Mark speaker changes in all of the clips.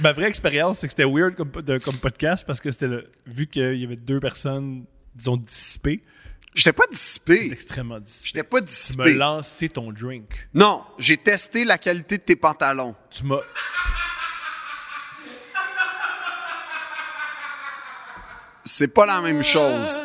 Speaker 1: ma vraie expérience, c'est que c'était weird comme, de- comme podcast parce que c'était le- vu qu'il y avait deux personnes, disons, dissipées,
Speaker 2: J'étais pas dissipé.
Speaker 1: extrêmement dissipées.
Speaker 2: J'étais pas
Speaker 1: Tu m'as
Speaker 2: dissipé.
Speaker 1: lancé ton drink.
Speaker 2: Non, j'ai testé la qualité de tes pantalons.
Speaker 1: Tu m'as.
Speaker 2: C'est pas la même chose.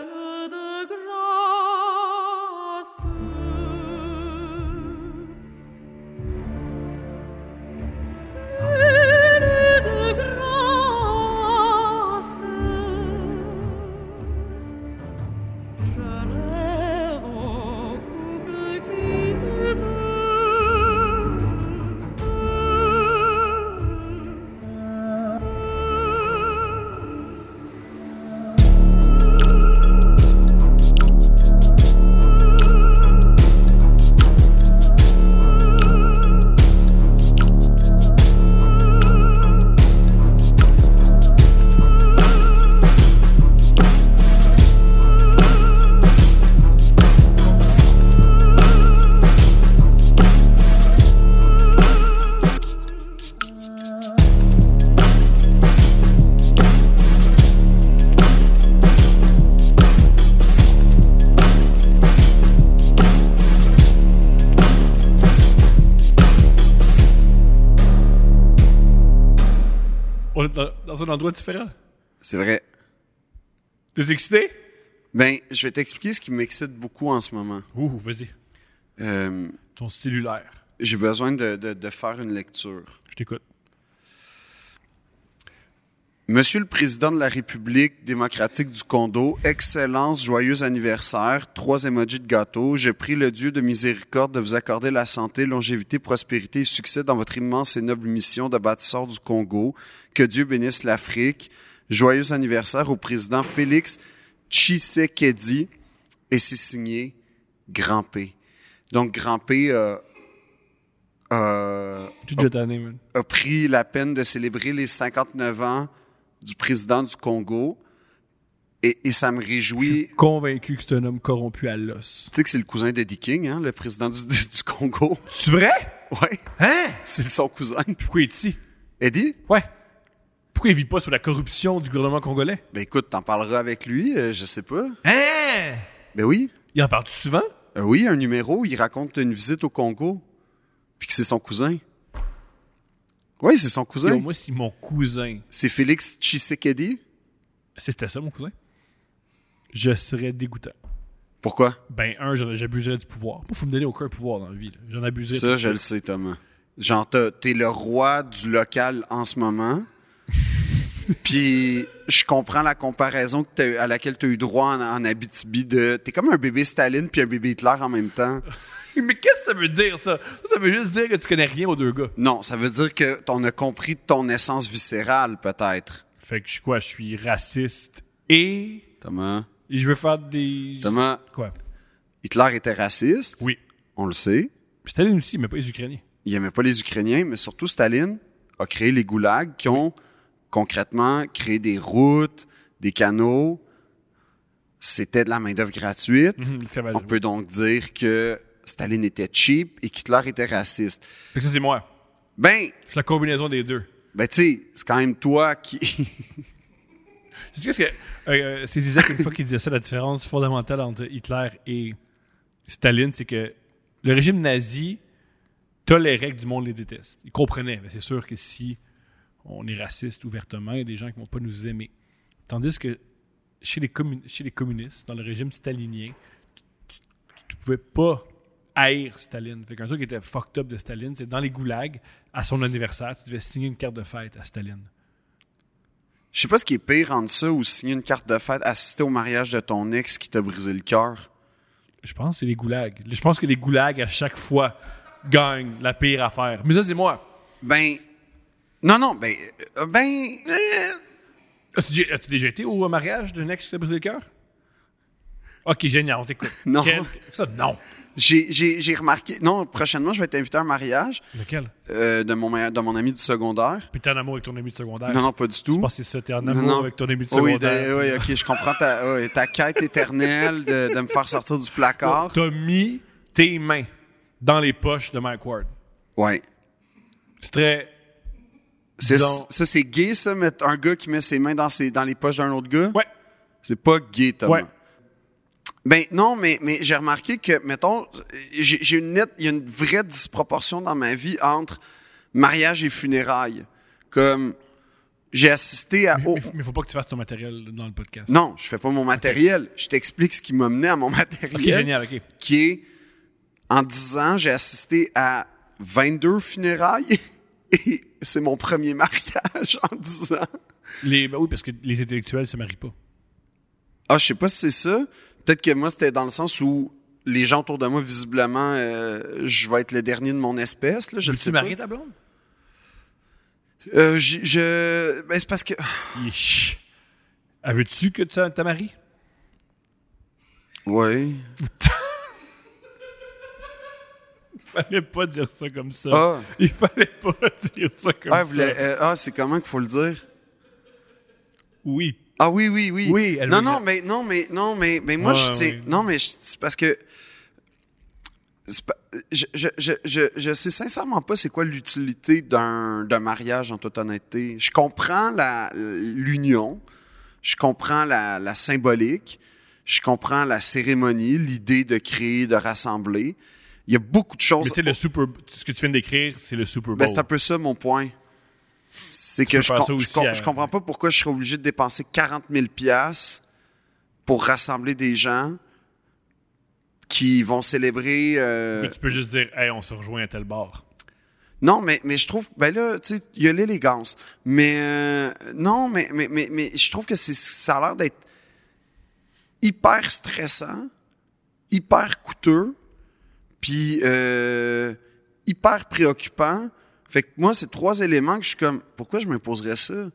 Speaker 1: On est dans, dans un endroit différent.
Speaker 2: C'est vrai.
Speaker 1: T'es excité?
Speaker 2: Ben, je vais t'expliquer ce qui m'excite beaucoup en ce moment.
Speaker 1: Ouh, vas-y.
Speaker 2: Euh,
Speaker 1: Ton cellulaire.
Speaker 2: j'ai besoin de, de- de faire une lecture.
Speaker 1: Je t'écoute.
Speaker 2: Monsieur le Président de la République démocratique du Congo, Excellence, joyeux anniversaire, trois emojis de gâteau, je prie le Dieu de miséricorde de vous accorder la santé, longévité, prospérité et succès dans votre immense et noble mission de bâtisseur du Congo. Que Dieu bénisse l'Afrique. Joyeux anniversaire au Président Félix Tshisekedi. Et c'est signé Grand P. Donc Grand P euh, euh,
Speaker 1: Tu déjà tanné, man.
Speaker 2: a pris la peine de célébrer les 59 ans du président du Congo. Et, et ça me réjouit. Tu
Speaker 1: Convaincu que c'est un homme corrompu à l'os.
Speaker 2: sais que c'est le cousin d'Eddie King, hein, le président du, du Congo.
Speaker 1: C'est vrai?
Speaker 2: Ouais,
Speaker 1: Hein?
Speaker 2: c'est son cousin.
Speaker 1: Pourquoi il est ici?
Speaker 2: Eddie,
Speaker 1: Ouais. Pourquoi il vit pas sur la corruption du gouvernement congolais?
Speaker 2: ben écoute, t'en parleras avec lui, euh, je sais pas.
Speaker 1: Hein?
Speaker 2: Ben oui,
Speaker 1: Il en parle souvent?
Speaker 2: Euh, oui, un numéro, il raconte une visite au Congo, puis que c'est son cousin. Oui, c'est son cousin.
Speaker 1: Yo, moi, si mon cousin,
Speaker 2: C'est Félix Tshisekedi.
Speaker 1: c'était ça mon cousin, je serais dégoûtant.
Speaker 2: Pourquoi?
Speaker 1: Ben, un, j'en- j'abuserais du pouvoir. Moi, faut me donner aucun pouvoir dans la vie. là. J'en abuserais.
Speaker 2: Ça, je le sais, Thomas. Genre, t'as- t'es le roi du local en ce moment. Puis, je comprends la comparaison que t'as eu- à laquelle tu as eu droit en, en Abitibi de. T'es comme un bébé Staline puis un bébé Hitler en même temps.
Speaker 1: Mais qu'est-ce que ça veut dire, ça? Ça, ça veut juste dire que tu connais rien aux deux gars.
Speaker 2: Non, ça veut dire que t'en as compris ton essence viscérale, peut-être.
Speaker 1: Fait que je suis quoi? Je suis raciste et...
Speaker 2: Thomas.
Speaker 1: et je veux faire des...
Speaker 2: Thomas,
Speaker 1: Quoi?
Speaker 2: Hitler était raciste,
Speaker 1: Oui.
Speaker 2: on le sait.
Speaker 1: Puis Staline aussi, mais pas les Ukrainiens.
Speaker 2: Il aimait pas les Ukrainiens, mais surtout Staline a créé les goulags qui ont concrètement créé des routes, des canaux. C'était de la main-d'œuvre gratuite.
Speaker 1: Mhm, le travail.
Speaker 2: On peut donc dire que Staline était cheap et qu'Hitler était raciste.
Speaker 1: Fait que ça, c'est moi.
Speaker 2: Ben,
Speaker 1: Je suis la combinaison des deux.
Speaker 2: ben tu sais, c'est quand même toi qui.
Speaker 1: Tu sais qu'est-ce que. euh, euh, c'est Zizek, une fois qu'il disait ça, la différence fondamentale entre Hitler et Staline, c'est que le régime nazi tolérait que du monde les déteste. Il comprenait, mais c'est sûr que si on est raciste ouvertement, il y a des gens qui vont pas nous aimer. Tandis que chez les, commun- chez les communistes, dans le régime stalinien, tu- tu ne pouvais pas haïr Staline. Fait qu'un truc qui était fucked up de Staline, c'est dans les goulags, à son anniversaire, tu devais signer une carte de fête à Staline.
Speaker 2: Je sais pas ce qui est pire entre ça ou signer une carte de fête, assister au mariage de ton ex qui t'a brisé le cœur.
Speaker 1: Je pense que c'est les goulags. Je pense que les goulags, à chaque fois, gagnent la pire affaire. Mais ça, c'est moi.
Speaker 2: Ben. Non, non, ben. euh, Ben. euh,
Speaker 1: As-tu déjà, as-tu déjà été au euh, mariage d'un ex qui t'a brisé le cœur? Ok, génial, on t'écoute.
Speaker 2: Non.
Speaker 1: Quel- ça, non.
Speaker 2: J'ai- J'ai j'ai remarqué. Non, prochainement, je vais être invité à un mariage
Speaker 1: Lequel?
Speaker 2: euh, de, mon, ma- de mon ami du secondaire.
Speaker 1: Puis t'es en amour avec ton ami de secondaire.
Speaker 2: Non, non, pas du tout.
Speaker 1: Je pense que c'est ça, t'es en
Speaker 2: Non,
Speaker 1: amour
Speaker 2: non.
Speaker 1: avec ton ami de
Speaker 2: Oui,
Speaker 1: secondaire.
Speaker 2: de- oui, ok, je comprends ta, oui, ta quête éternelle de, de me faire sortir du placard.
Speaker 1: T'as mis tes mains dans les poches de Mike Ward.
Speaker 2: Ouais.
Speaker 1: C'est très
Speaker 2: C'est-
Speaker 1: Disons-
Speaker 2: ça, c'est gay, ça, mettre un gars qui met ses mains dans, ses, dans les poches d'un autre gars?
Speaker 1: Ouais.
Speaker 2: C'est pas gay, Thomas.
Speaker 1: Ouais.
Speaker 2: Ben non, mais, mais j'ai remarqué que, mettons, j'ai j'ai une nette, il y a une vraie disproportion dans ma vie entre mariage et funérailles. Comme, j'ai assisté à...
Speaker 1: Mais,
Speaker 2: oh,
Speaker 1: mais- mais faut pas que tu fasses ton matériel dans le podcast.
Speaker 2: non, je fais pas mon matériel. Je t'explique ce qui m'a mené à mon matériel
Speaker 1: Ok, génial, ok.
Speaker 2: qui est en 10 ans, j'ai assisté à 22 funérailles et c'est mon premier mariage en 10 ans.
Speaker 1: Les, ben oui, parce que les intellectuels se marient pas.
Speaker 2: Ah, je sais pas si c'est ça. Peut-être que moi, c'était dans le sens où les gens autour de moi, visiblement, euh, je vais être le dernier de mon espèce. Là, je le
Speaker 1: Tu
Speaker 2: sais
Speaker 1: marié ta blonde?
Speaker 2: pas. Euh, j'ai- je... ben, c'est parce que...
Speaker 1: Yesh. Ah, Veux-tu que tu te maries?
Speaker 2: Ouais.
Speaker 1: fallait pas dire ça comme ça.
Speaker 2: Ah,
Speaker 1: Il fallait pas dire ça comme
Speaker 2: ah,
Speaker 1: ça.
Speaker 2: vous voulez- euh, ah, c'est comment qu'il faut le dire?
Speaker 1: Oui.
Speaker 2: Ah oui, oui, oui.
Speaker 1: Oui, elle
Speaker 2: non,
Speaker 1: veut
Speaker 2: non,
Speaker 1: dire.
Speaker 2: mais non, mais non, mais, mais moi,
Speaker 1: Ouais,
Speaker 2: je, sais-
Speaker 1: oui.
Speaker 2: non, mais je- c'est parce que c'est pas- je, je, je, je, je sais sincèrement pas c'est quoi l'utilité d'un d'un mariage en toute honnêteté. Je comprends la l'union, je comprends la, la symbolique, je comprends la cérémonie, l'idée de créer, de rassembler. Il y a beaucoup de
Speaker 1: Mais
Speaker 2: choses.
Speaker 1: tu sais, le Super ce que tu viens d'écrire, c'est le Super Bowl.
Speaker 2: Ben, c'est un peu ça mon point. C'est que
Speaker 1: peux
Speaker 2: je,
Speaker 1: faire
Speaker 2: com-
Speaker 1: ça
Speaker 2: je
Speaker 1: aussi
Speaker 2: com-
Speaker 1: à-
Speaker 2: je comprends pas pourquoi je serais obligé de dépenser 40 000 pièces pour rassembler des gens qui vont célébrer. euh,
Speaker 1: Que Tu peux juste dire, hey, on se rejoint à tel bar.
Speaker 2: Non, mais, mais je trouve. Ben là, tu sais, il y a l'élégance. Mais euh, non, mais, mais, mais, mais je trouve que c'est, ça a l'air d'être hyper stressant, hyper coûteux, puis euh, hyper préoccupant. Fait que moi, c'est trois éléments que je suis comme. Pourquoi je m'imposerais ça?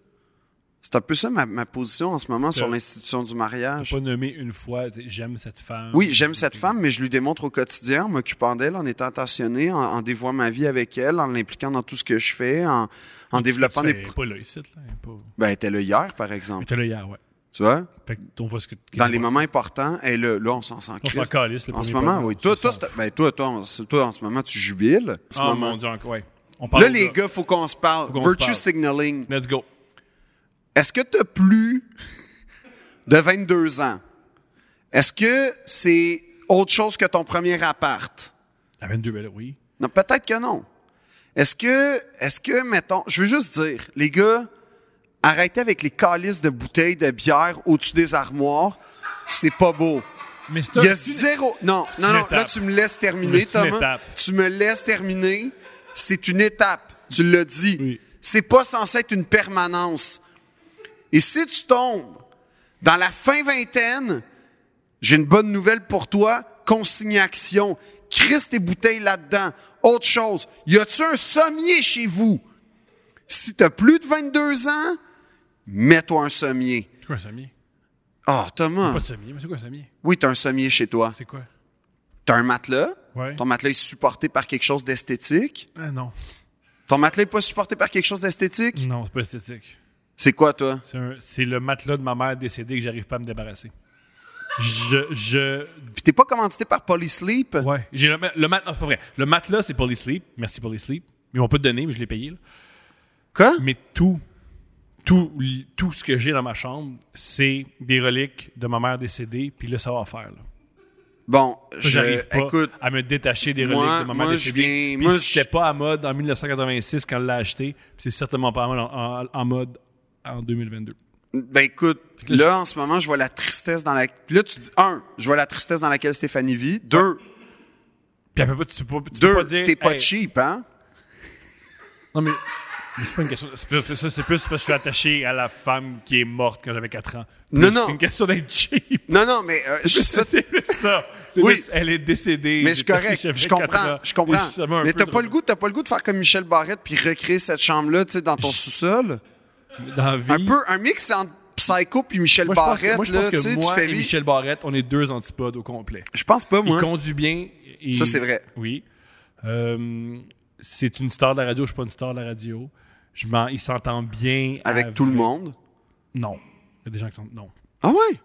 Speaker 2: C'est un peu ça ma, ma position en ce moment sur
Speaker 1: Euh,
Speaker 2: l'institution du
Speaker 1: T'as
Speaker 2: mariage.
Speaker 1: Pas nommé une fois, tu sais, j'aime cette femme.
Speaker 2: Ah, Oui, j'aime cette femme, mais je lui démontre au quotidien, en m'occupant d'elle, en étant attentionné, en, en dévouant ma vie avec elle, en l'impliquant dans tout ce que je fais, en, en développant des...
Speaker 1: Elle est pas là, ici. Là. Elle est pas...
Speaker 2: Ben, elle était là hier, par
Speaker 1: Elle
Speaker 2: exemple.
Speaker 1: était là hier, ouais.
Speaker 2: Tu vois?
Speaker 1: Fait que on voit ce que.
Speaker 2: Dans les moments importants, elle est là. Là, on s'en sent
Speaker 1: On s'en calisse, le
Speaker 2: En ce
Speaker 1: premier
Speaker 2: moment,
Speaker 1: pas,
Speaker 2: oui.
Speaker 1: on
Speaker 2: Toi,
Speaker 1: s'en
Speaker 2: toi,
Speaker 1: fout.
Speaker 2: c'est- ben, toi, toi, en- c'est- toi, en ce moment, tu jubiles. En ce
Speaker 1: Ah,
Speaker 2: moment.
Speaker 1: mon Dieu, encore, ouais. On
Speaker 2: Là, les gars, faut qu'on se parle.
Speaker 1: Faut qu'on se
Speaker 2: Virtue
Speaker 1: parle.
Speaker 2: signaling.
Speaker 1: Let's go.
Speaker 2: Est-ce que tu as plus de 22 ans? Est-ce que c'est autre chose que ton premier appart?
Speaker 1: À 22, ben là, oui.
Speaker 2: Non, peut-être que non. Est-ce que, est-ce que, mettons, je veux juste dire, les gars, arrêtez avec les calices de bouteilles de bière au-dessus des armoires. C'est pas beau.
Speaker 1: Mais c'est
Speaker 2: Il y a
Speaker 1: c'est-
Speaker 2: zéro. Non, non,
Speaker 1: une
Speaker 2: non.
Speaker 1: étape.
Speaker 2: Là, tu me laisses
Speaker 1: Mais
Speaker 2: terminer,
Speaker 1: c'est une
Speaker 2: Thomas.
Speaker 1: étape.
Speaker 2: Tu me laisses terminer. C'est une étape. Tu l'as dit.
Speaker 1: Oui.
Speaker 2: C'est pas censé être une permanence. Et si tu tombes dans la fin vingtaine, j'ai une bonne nouvelle pour toi. Consignation. Crisse tes bouteilles là-dedans. Autre chose. Y a-tu un sommier chez vous? Si t'as plus de 22 ans, mets-toi un sommier.
Speaker 1: C'est quoi un sommier?
Speaker 2: Ah, Thomas.
Speaker 1: Pas de sommier, mais c'est quoi un sommier?
Speaker 2: Oui, t'as un sommier chez toi.
Speaker 1: C'est quoi?
Speaker 2: T'as un matelas.
Speaker 1: Ouais.
Speaker 2: Ton matelas est supporté par quelque chose d'esthétique.
Speaker 1: Ah, non.
Speaker 2: Ton matelas est pas supporté par quelque chose d'esthétique.
Speaker 1: Non, c'est pas esthétique.
Speaker 2: C'est quoi, toi?
Speaker 1: C'est un- C'est le matelas de ma mère décédée que j'arrive pas à me débarrasser. Je. je
Speaker 2: Puis t'es pas commandité par Polysleep?
Speaker 1: ouais. J'ai le, ma- le mat- non, c'est pas vrai. Le matelas, c'est Poly Sleep. Merci Poly Sleep. Ils m'ont pas donné, mais je l'ai payé. là.
Speaker 2: Quoi?
Speaker 1: Mais tout, tout, li- tout ce que j'ai dans ma chambre, c'est des reliques de ma mère décédée, puis le savoir-faire. là.
Speaker 2: Bon, je,
Speaker 1: J'arrive pas
Speaker 2: écoute,
Speaker 1: à me détacher des reliques
Speaker 2: moi-
Speaker 1: de ma mère
Speaker 2: moi, je
Speaker 1: décédée. Puis
Speaker 2: viens- moi,
Speaker 1: c'était
Speaker 2: je-
Speaker 1: pas à mode en 1986 quand elle l'a acheté, puis c'est certainement pas à mode en, en- en mode en 2022.
Speaker 2: ben écoute,
Speaker 1: là,
Speaker 2: là, en ce moment, je vois la tristesse dans la... Là, tu dis, un, je vois la tristesse dans laquelle Stéphanie vit. Deux,
Speaker 1: Puis elle peut pas, tu peux, pas- tu peux
Speaker 2: deux,
Speaker 1: pas dire.
Speaker 2: t'es pas
Speaker 1: Hey,
Speaker 2: cheap, hein?
Speaker 1: Non, mais c'est pas une question. C'est plus- ça, c'est plus parce que je suis attaché à la femme qui est morte quand j'avais 4 ans. Plus
Speaker 2: Non, non.
Speaker 1: C'est une question d'être cheap.
Speaker 2: Non, non, mais euh, je- ça,
Speaker 1: C'est plus ça. C'est
Speaker 2: Oui.
Speaker 1: plus, elle est décédée.
Speaker 2: Mais je suis
Speaker 1: J'étais-
Speaker 2: correct,
Speaker 1: j'avais
Speaker 2: je
Speaker 1: quatre
Speaker 2: comprends,
Speaker 1: ans.
Speaker 2: je
Speaker 1: Et
Speaker 2: comprends.
Speaker 1: ça m'a un
Speaker 2: Mais
Speaker 1: peu
Speaker 2: t'as pas
Speaker 1: drôle.
Speaker 2: le goût, t'as pas le goût de faire comme Michel Barrette puis recréer cette chambre-là, tu sais, dans ton sous-sol.
Speaker 1: Dans la vie,
Speaker 2: Un peu un mix entre Psycho puis Michel
Speaker 1: moi, je pense que,
Speaker 2: Barrette,
Speaker 1: moi, je pense
Speaker 2: là, tu
Speaker 1: que
Speaker 2: sais, tu
Speaker 1: moi
Speaker 2: fais
Speaker 1: et
Speaker 2: vivre-
Speaker 1: Michel Barrette, on est deux antipodes au complet.
Speaker 2: Je pense pas,
Speaker 1: Il
Speaker 2: moi.
Speaker 1: conduit bien. et-
Speaker 2: Ça, c'est vrai.
Speaker 1: Oui. Euh, c'est une star de la radio. Je suis pas une star de la radio. Je m'en- il s'entend bien.
Speaker 2: Avec tout le monde.
Speaker 1: Non. Il y a des gens qui sont. Non.
Speaker 2: Ah ouais?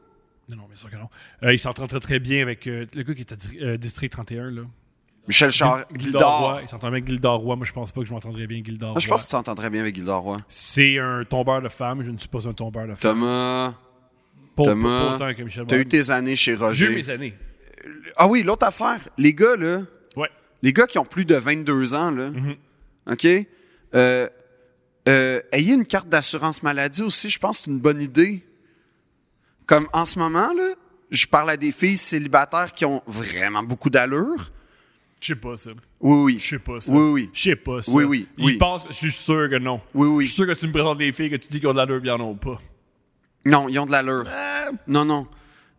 Speaker 1: Non, non, bien sûr que non. Euh, il s'entend très, très bien avec euh, le gars qui était à Distri- euh, District 31, là.
Speaker 2: Michel Char...
Speaker 1: Gildor
Speaker 2: Gildor.
Speaker 1: Roy, il s'entend bien avec Gildor Roy. Moi, je pense pas que je m'entendrais bien Gildor
Speaker 2: Moi, Ah, je
Speaker 1: Roy.
Speaker 2: pense que tu t'entendrais bien avec Gildor Roy.
Speaker 1: C'est un tombeur de femmes. Je ne suis pas un tombeur de femmes.
Speaker 2: Thomas,
Speaker 1: Pas, pas-
Speaker 2: Thomas,
Speaker 1: pas autant que Michel
Speaker 2: t'as
Speaker 1: Barnier.
Speaker 2: eu tes années chez
Speaker 1: J'ai
Speaker 2: Roger.
Speaker 1: eu mes années.
Speaker 2: Ah oui, l'autre affaire. Les gars, là,
Speaker 1: Ouais.
Speaker 2: les gars qui ont plus de 22 ans, là,
Speaker 1: Mm-hmm.
Speaker 2: OK? Euh, euh, ayez une carte d'assurance maladie aussi, je pense que c'est une bonne idée. Comme en ce moment, là, je parle à des filles célibataires qui ont vraiment beaucoup d'allure.
Speaker 1: Je sais pas ça.
Speaker 2: Oui, oui.
Speaker 1: Je sais pas ça.
Speaker 2: Oui, oui.
Speaker 1: Je sais pas ça.
Speaker 2: Oui, oui,
Speaker 1: Il
Speaker 2: oui.
Speaker 1: pense, je suis sûr que non.
Speaker 2: Oui, oui.
Speaker 1: Je suis sûr que tu me présentes les filles que tu dis qu'ils ont de l'allure, bien non pas.
Speaker 2: Non, ils ont de l'allure. Non, non.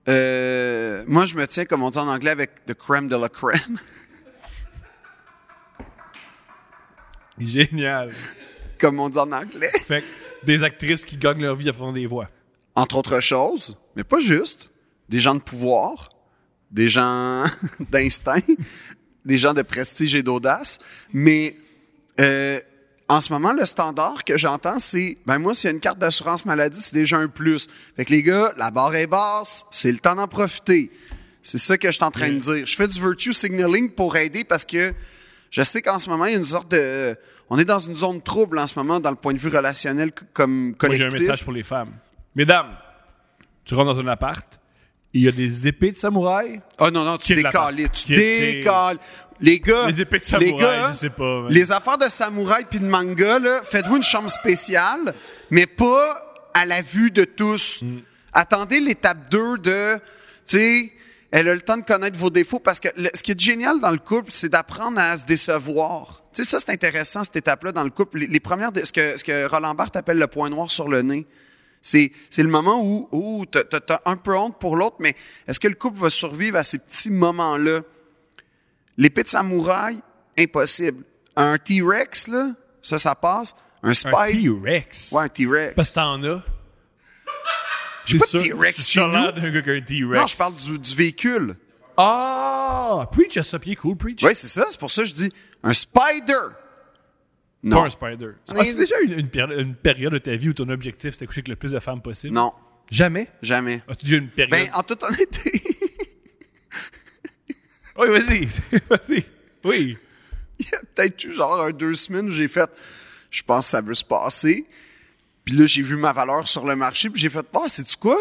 Speaker 2: Euh, moi, je me tiens, comme on dit en anglais, avec the crème de la crème.
Speaker 1: Génial.
Speaker 2: comme on dit en anglais.
Speaker 1: Fait que des actrices qui gagnent leur vie à faire des voix.
Speaker 2: entre autres choses, mais pas juste, des gens de pouvoir, des gens d'instinct, des gens de prestige et d'audace. Mais euh, en ce moment, le standard que j'entends, c'est ben moi, s'il y a une carte d'assurance maladie, c'est déjà un plus. Fait que les gars, la barre est basse, c'est le temps d'en profiter. C'est ça que je suis en train de dire. Je fais du virtue signaling pour aider parce que je sais qu'en ce moment, il y a une sorte de. On est dans une zone trouble en ce moment, dans le point de vue relationnel c-
Speaker 1: Moi,
Speaker 2: comme
Speaker 1: j'ai
Speaker 2: collectif.
Speaker 1: un message pour les femmes. Mesdames, tu rentres dans un appart, il y a des épées de samouraï.
Speaker 2: Ah non, non, tu
Speaker 1: Kill la
Speaker 2: décales,
Speaker 1: barre.
Speaker 2: tu
Speaker 1: Kill, c'est-
Speaker 2: décales. Les gars,
Speaker 1: Les épées de samouraï,
Speaker 2: les gars,
Speaker 1: je sais pas. man.
Speaker 2: les affaires de samouraï puis de manga, là, faites-vous une chambre spéciale, mais pas à la vue de tous.
Speaker 1: Mm.
Speaker 2: Attendez l'étape 2 de, tu sais, elle a le temps de connaître vos défauts parce que le- ce qui est génial dans le couple, c'est d'apprendre à se décevoir. Tu sais, ça, c'est intéressant, cette étape-là dans le couple. Les, les premières, dé- ce que, ce que Roland Barthes appelle le point noir sur le nez. C'est, c'est le moment où, où t'as, t'as- t'as un peu honte pour l'autre, mais est-ce que le couple va survivre à ces petits moments-là? L'épée de samouraï, impossible. Un T-Rex, là, ça, ça passe. Un
Speaker 1: Un
Speaker 2: Spike,
Speaker 1: T-Rex.
Speaker 2: ouais, un T-Rex.
Speaker 1: Parce que t'en as.
Speaker 2: J'ai
Speaker 1: J'ai
Speaker 2: pas de T-Rex chez
Speaker 1: T'as
Speaker 2: nous.
Speaker 1: l'air d'un gars qui a un T-Rex.
Speaker 2: Non, je parle du, du véhicule.
Speaker 1: Ah! Preach à ça, pied cool, preach.
Speaker 2: Oui, c'est ça. C'est pour ça que je dis un Spider. Non.
Speaker 1: Pas un spider. Ah, c'est déjà une, une péri- une période de ta vie où ton objectif c'était de coucher avec le plus de femmes possible?
Speaker 2: Non,
Speaker 1: Jamais?
Speaker 2: jamais.
Speaker 1: As-tu déjà une période?
Speaker 2: Ben, en toute honnêteté,
Speaker 1: Oui, vas-y. vas-y. Oui.
Speaker 2: il y a peut-être eu genre un deux semaines où j'ai fait, je pense que ça veut se passer. Puis là, j'ai vu ma valeur sur le marché, puis j'ai fait, ah, c'est-tu quoi?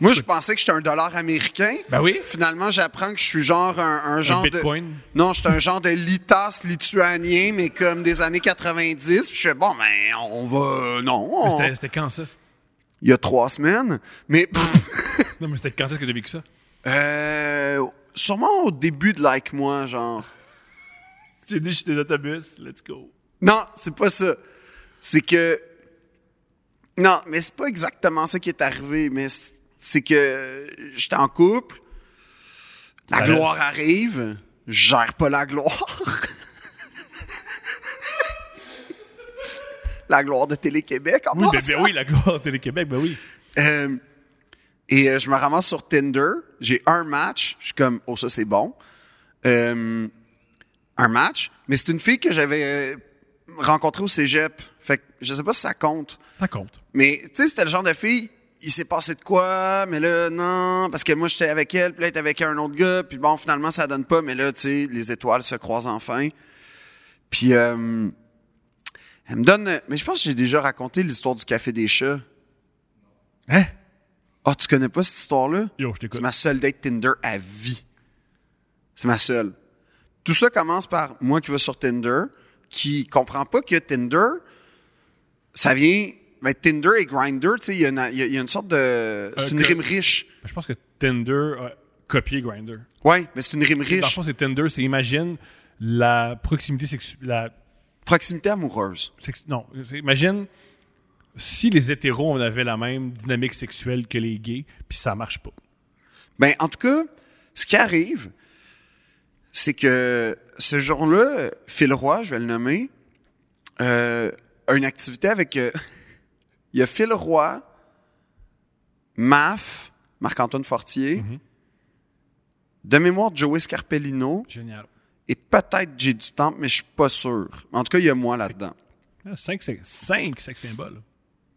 Speaker 2: Moi, je pensais que j'étais un dollar américain.
Speaker 1: Ben oui.
Speaker 2: Finalement, j'apprends que je suis genre un, un genre de.
Speaker 1: Bitcoin.
Speaker 2: Non, je suis un genre de litas lituanien, mais comme des années 90. Puis je fais, bon, ben, on va. Non. on-
Speaker 1: C'était c'était quand ça?
Speaker 2: Il y a trois semaines. Mais. pff,
Speaker 1: Non, mais c'était quand est-ce que t'as vécu ça?
Speaker 2: euh, sûrement au début de Like Moi, genre.
Speaker 1: Tu t'es dit, je suis des autobus, let's go.
Speaker 2: Non, c'est pas ça. C'est que. Non, mais c'est pas exactement ça qui est arrivé, mais c'est- c'est que j'étais en couple, la
Speaker 1: Ça
Speaker 2: gloire
Speaker 1: reste.
Speaker 2: arrive, je gère pas la gloire. la gloire de Télé-Québec, en
Speaker 1: Oui, ben,
Speaker 2: passant.
Speaker 1: ben oui, la gloire de Télé-Québec, ben oui.
Speaker 2: Euh, et euh, je me ramasse sur Tinder. J'ai un match. Je suis comme, oh, ça, c'est bon. Euh, un match. Mais c'est une fille que j'avais euh, rencontrée au cégep. Fait que je sais pas si ça compte.
Speaker 1: Ça compte.
Speaker 2: Mais tu sais, c'était le genre de fille, il s'est passé de quoi, mais là, non, parce que moi, j'étais avec elle, puis là, elle était avec un autre gars, puis bon, finalement, ça donne pas, mais là, tu sais, les étoiles se croisent enfin. Puis, euh, elle me donne. Mais je pense que j'ai déjà raconté l'histoire du café des chats.
Speaker 1: Hein?
Speaker 2: Ah, tu connais pas cette histoire-là?
Speaker 1: Yo, je
Speaker 2: C'est
Speaker 1: t'écoute.
Speaker 2: ma seule date Tinder à vie. C'est ma seule. Tout ça commence par moi qui vais sur Tinder, qui comprend pas que Tinder, ça vient. ben, Tinder et Grindr, tu sais, il y, a une- il y a- il y a une sorte de. C'est
Speaker 1: Euh,
Speaker 2: une
Speaker 1: que-
Speaker 2: rime riche.
Speaker 1: Je pense que Tinder a copié Grindr.
Speaker 2: Oui, mais c'est une rime
Speaker 1: Dans le
Speaker 2: riche.
Speaker 1: fond, c'est Tinder, c'est imagine la proximité sexuelle. La
Speaker 2: Proximité amoureuse.
Speaker 1: sex- non, c'est- imagine si les hétéros, on avait la même dynamique sexuelle que les gays, puis ça marche pas.
Speaker 2: Ben, en tout cas, ce qui arrive, c'est que ce jour-là, Phil Roy, je vais le nommer, euh, a une activité avec. euh, il y a Phil Roy, Maf, Marc-Antoine Fortier, de mémoire Joey Scarpellino,
Speaker 1: Génial.
Speaker 2: et peut-être J'ai du temps, mais je suis pas sûr. En tout cas, il y a moi là-dedans.
Speaker 1: Ah, Cinq, sex- cinq sex symboles.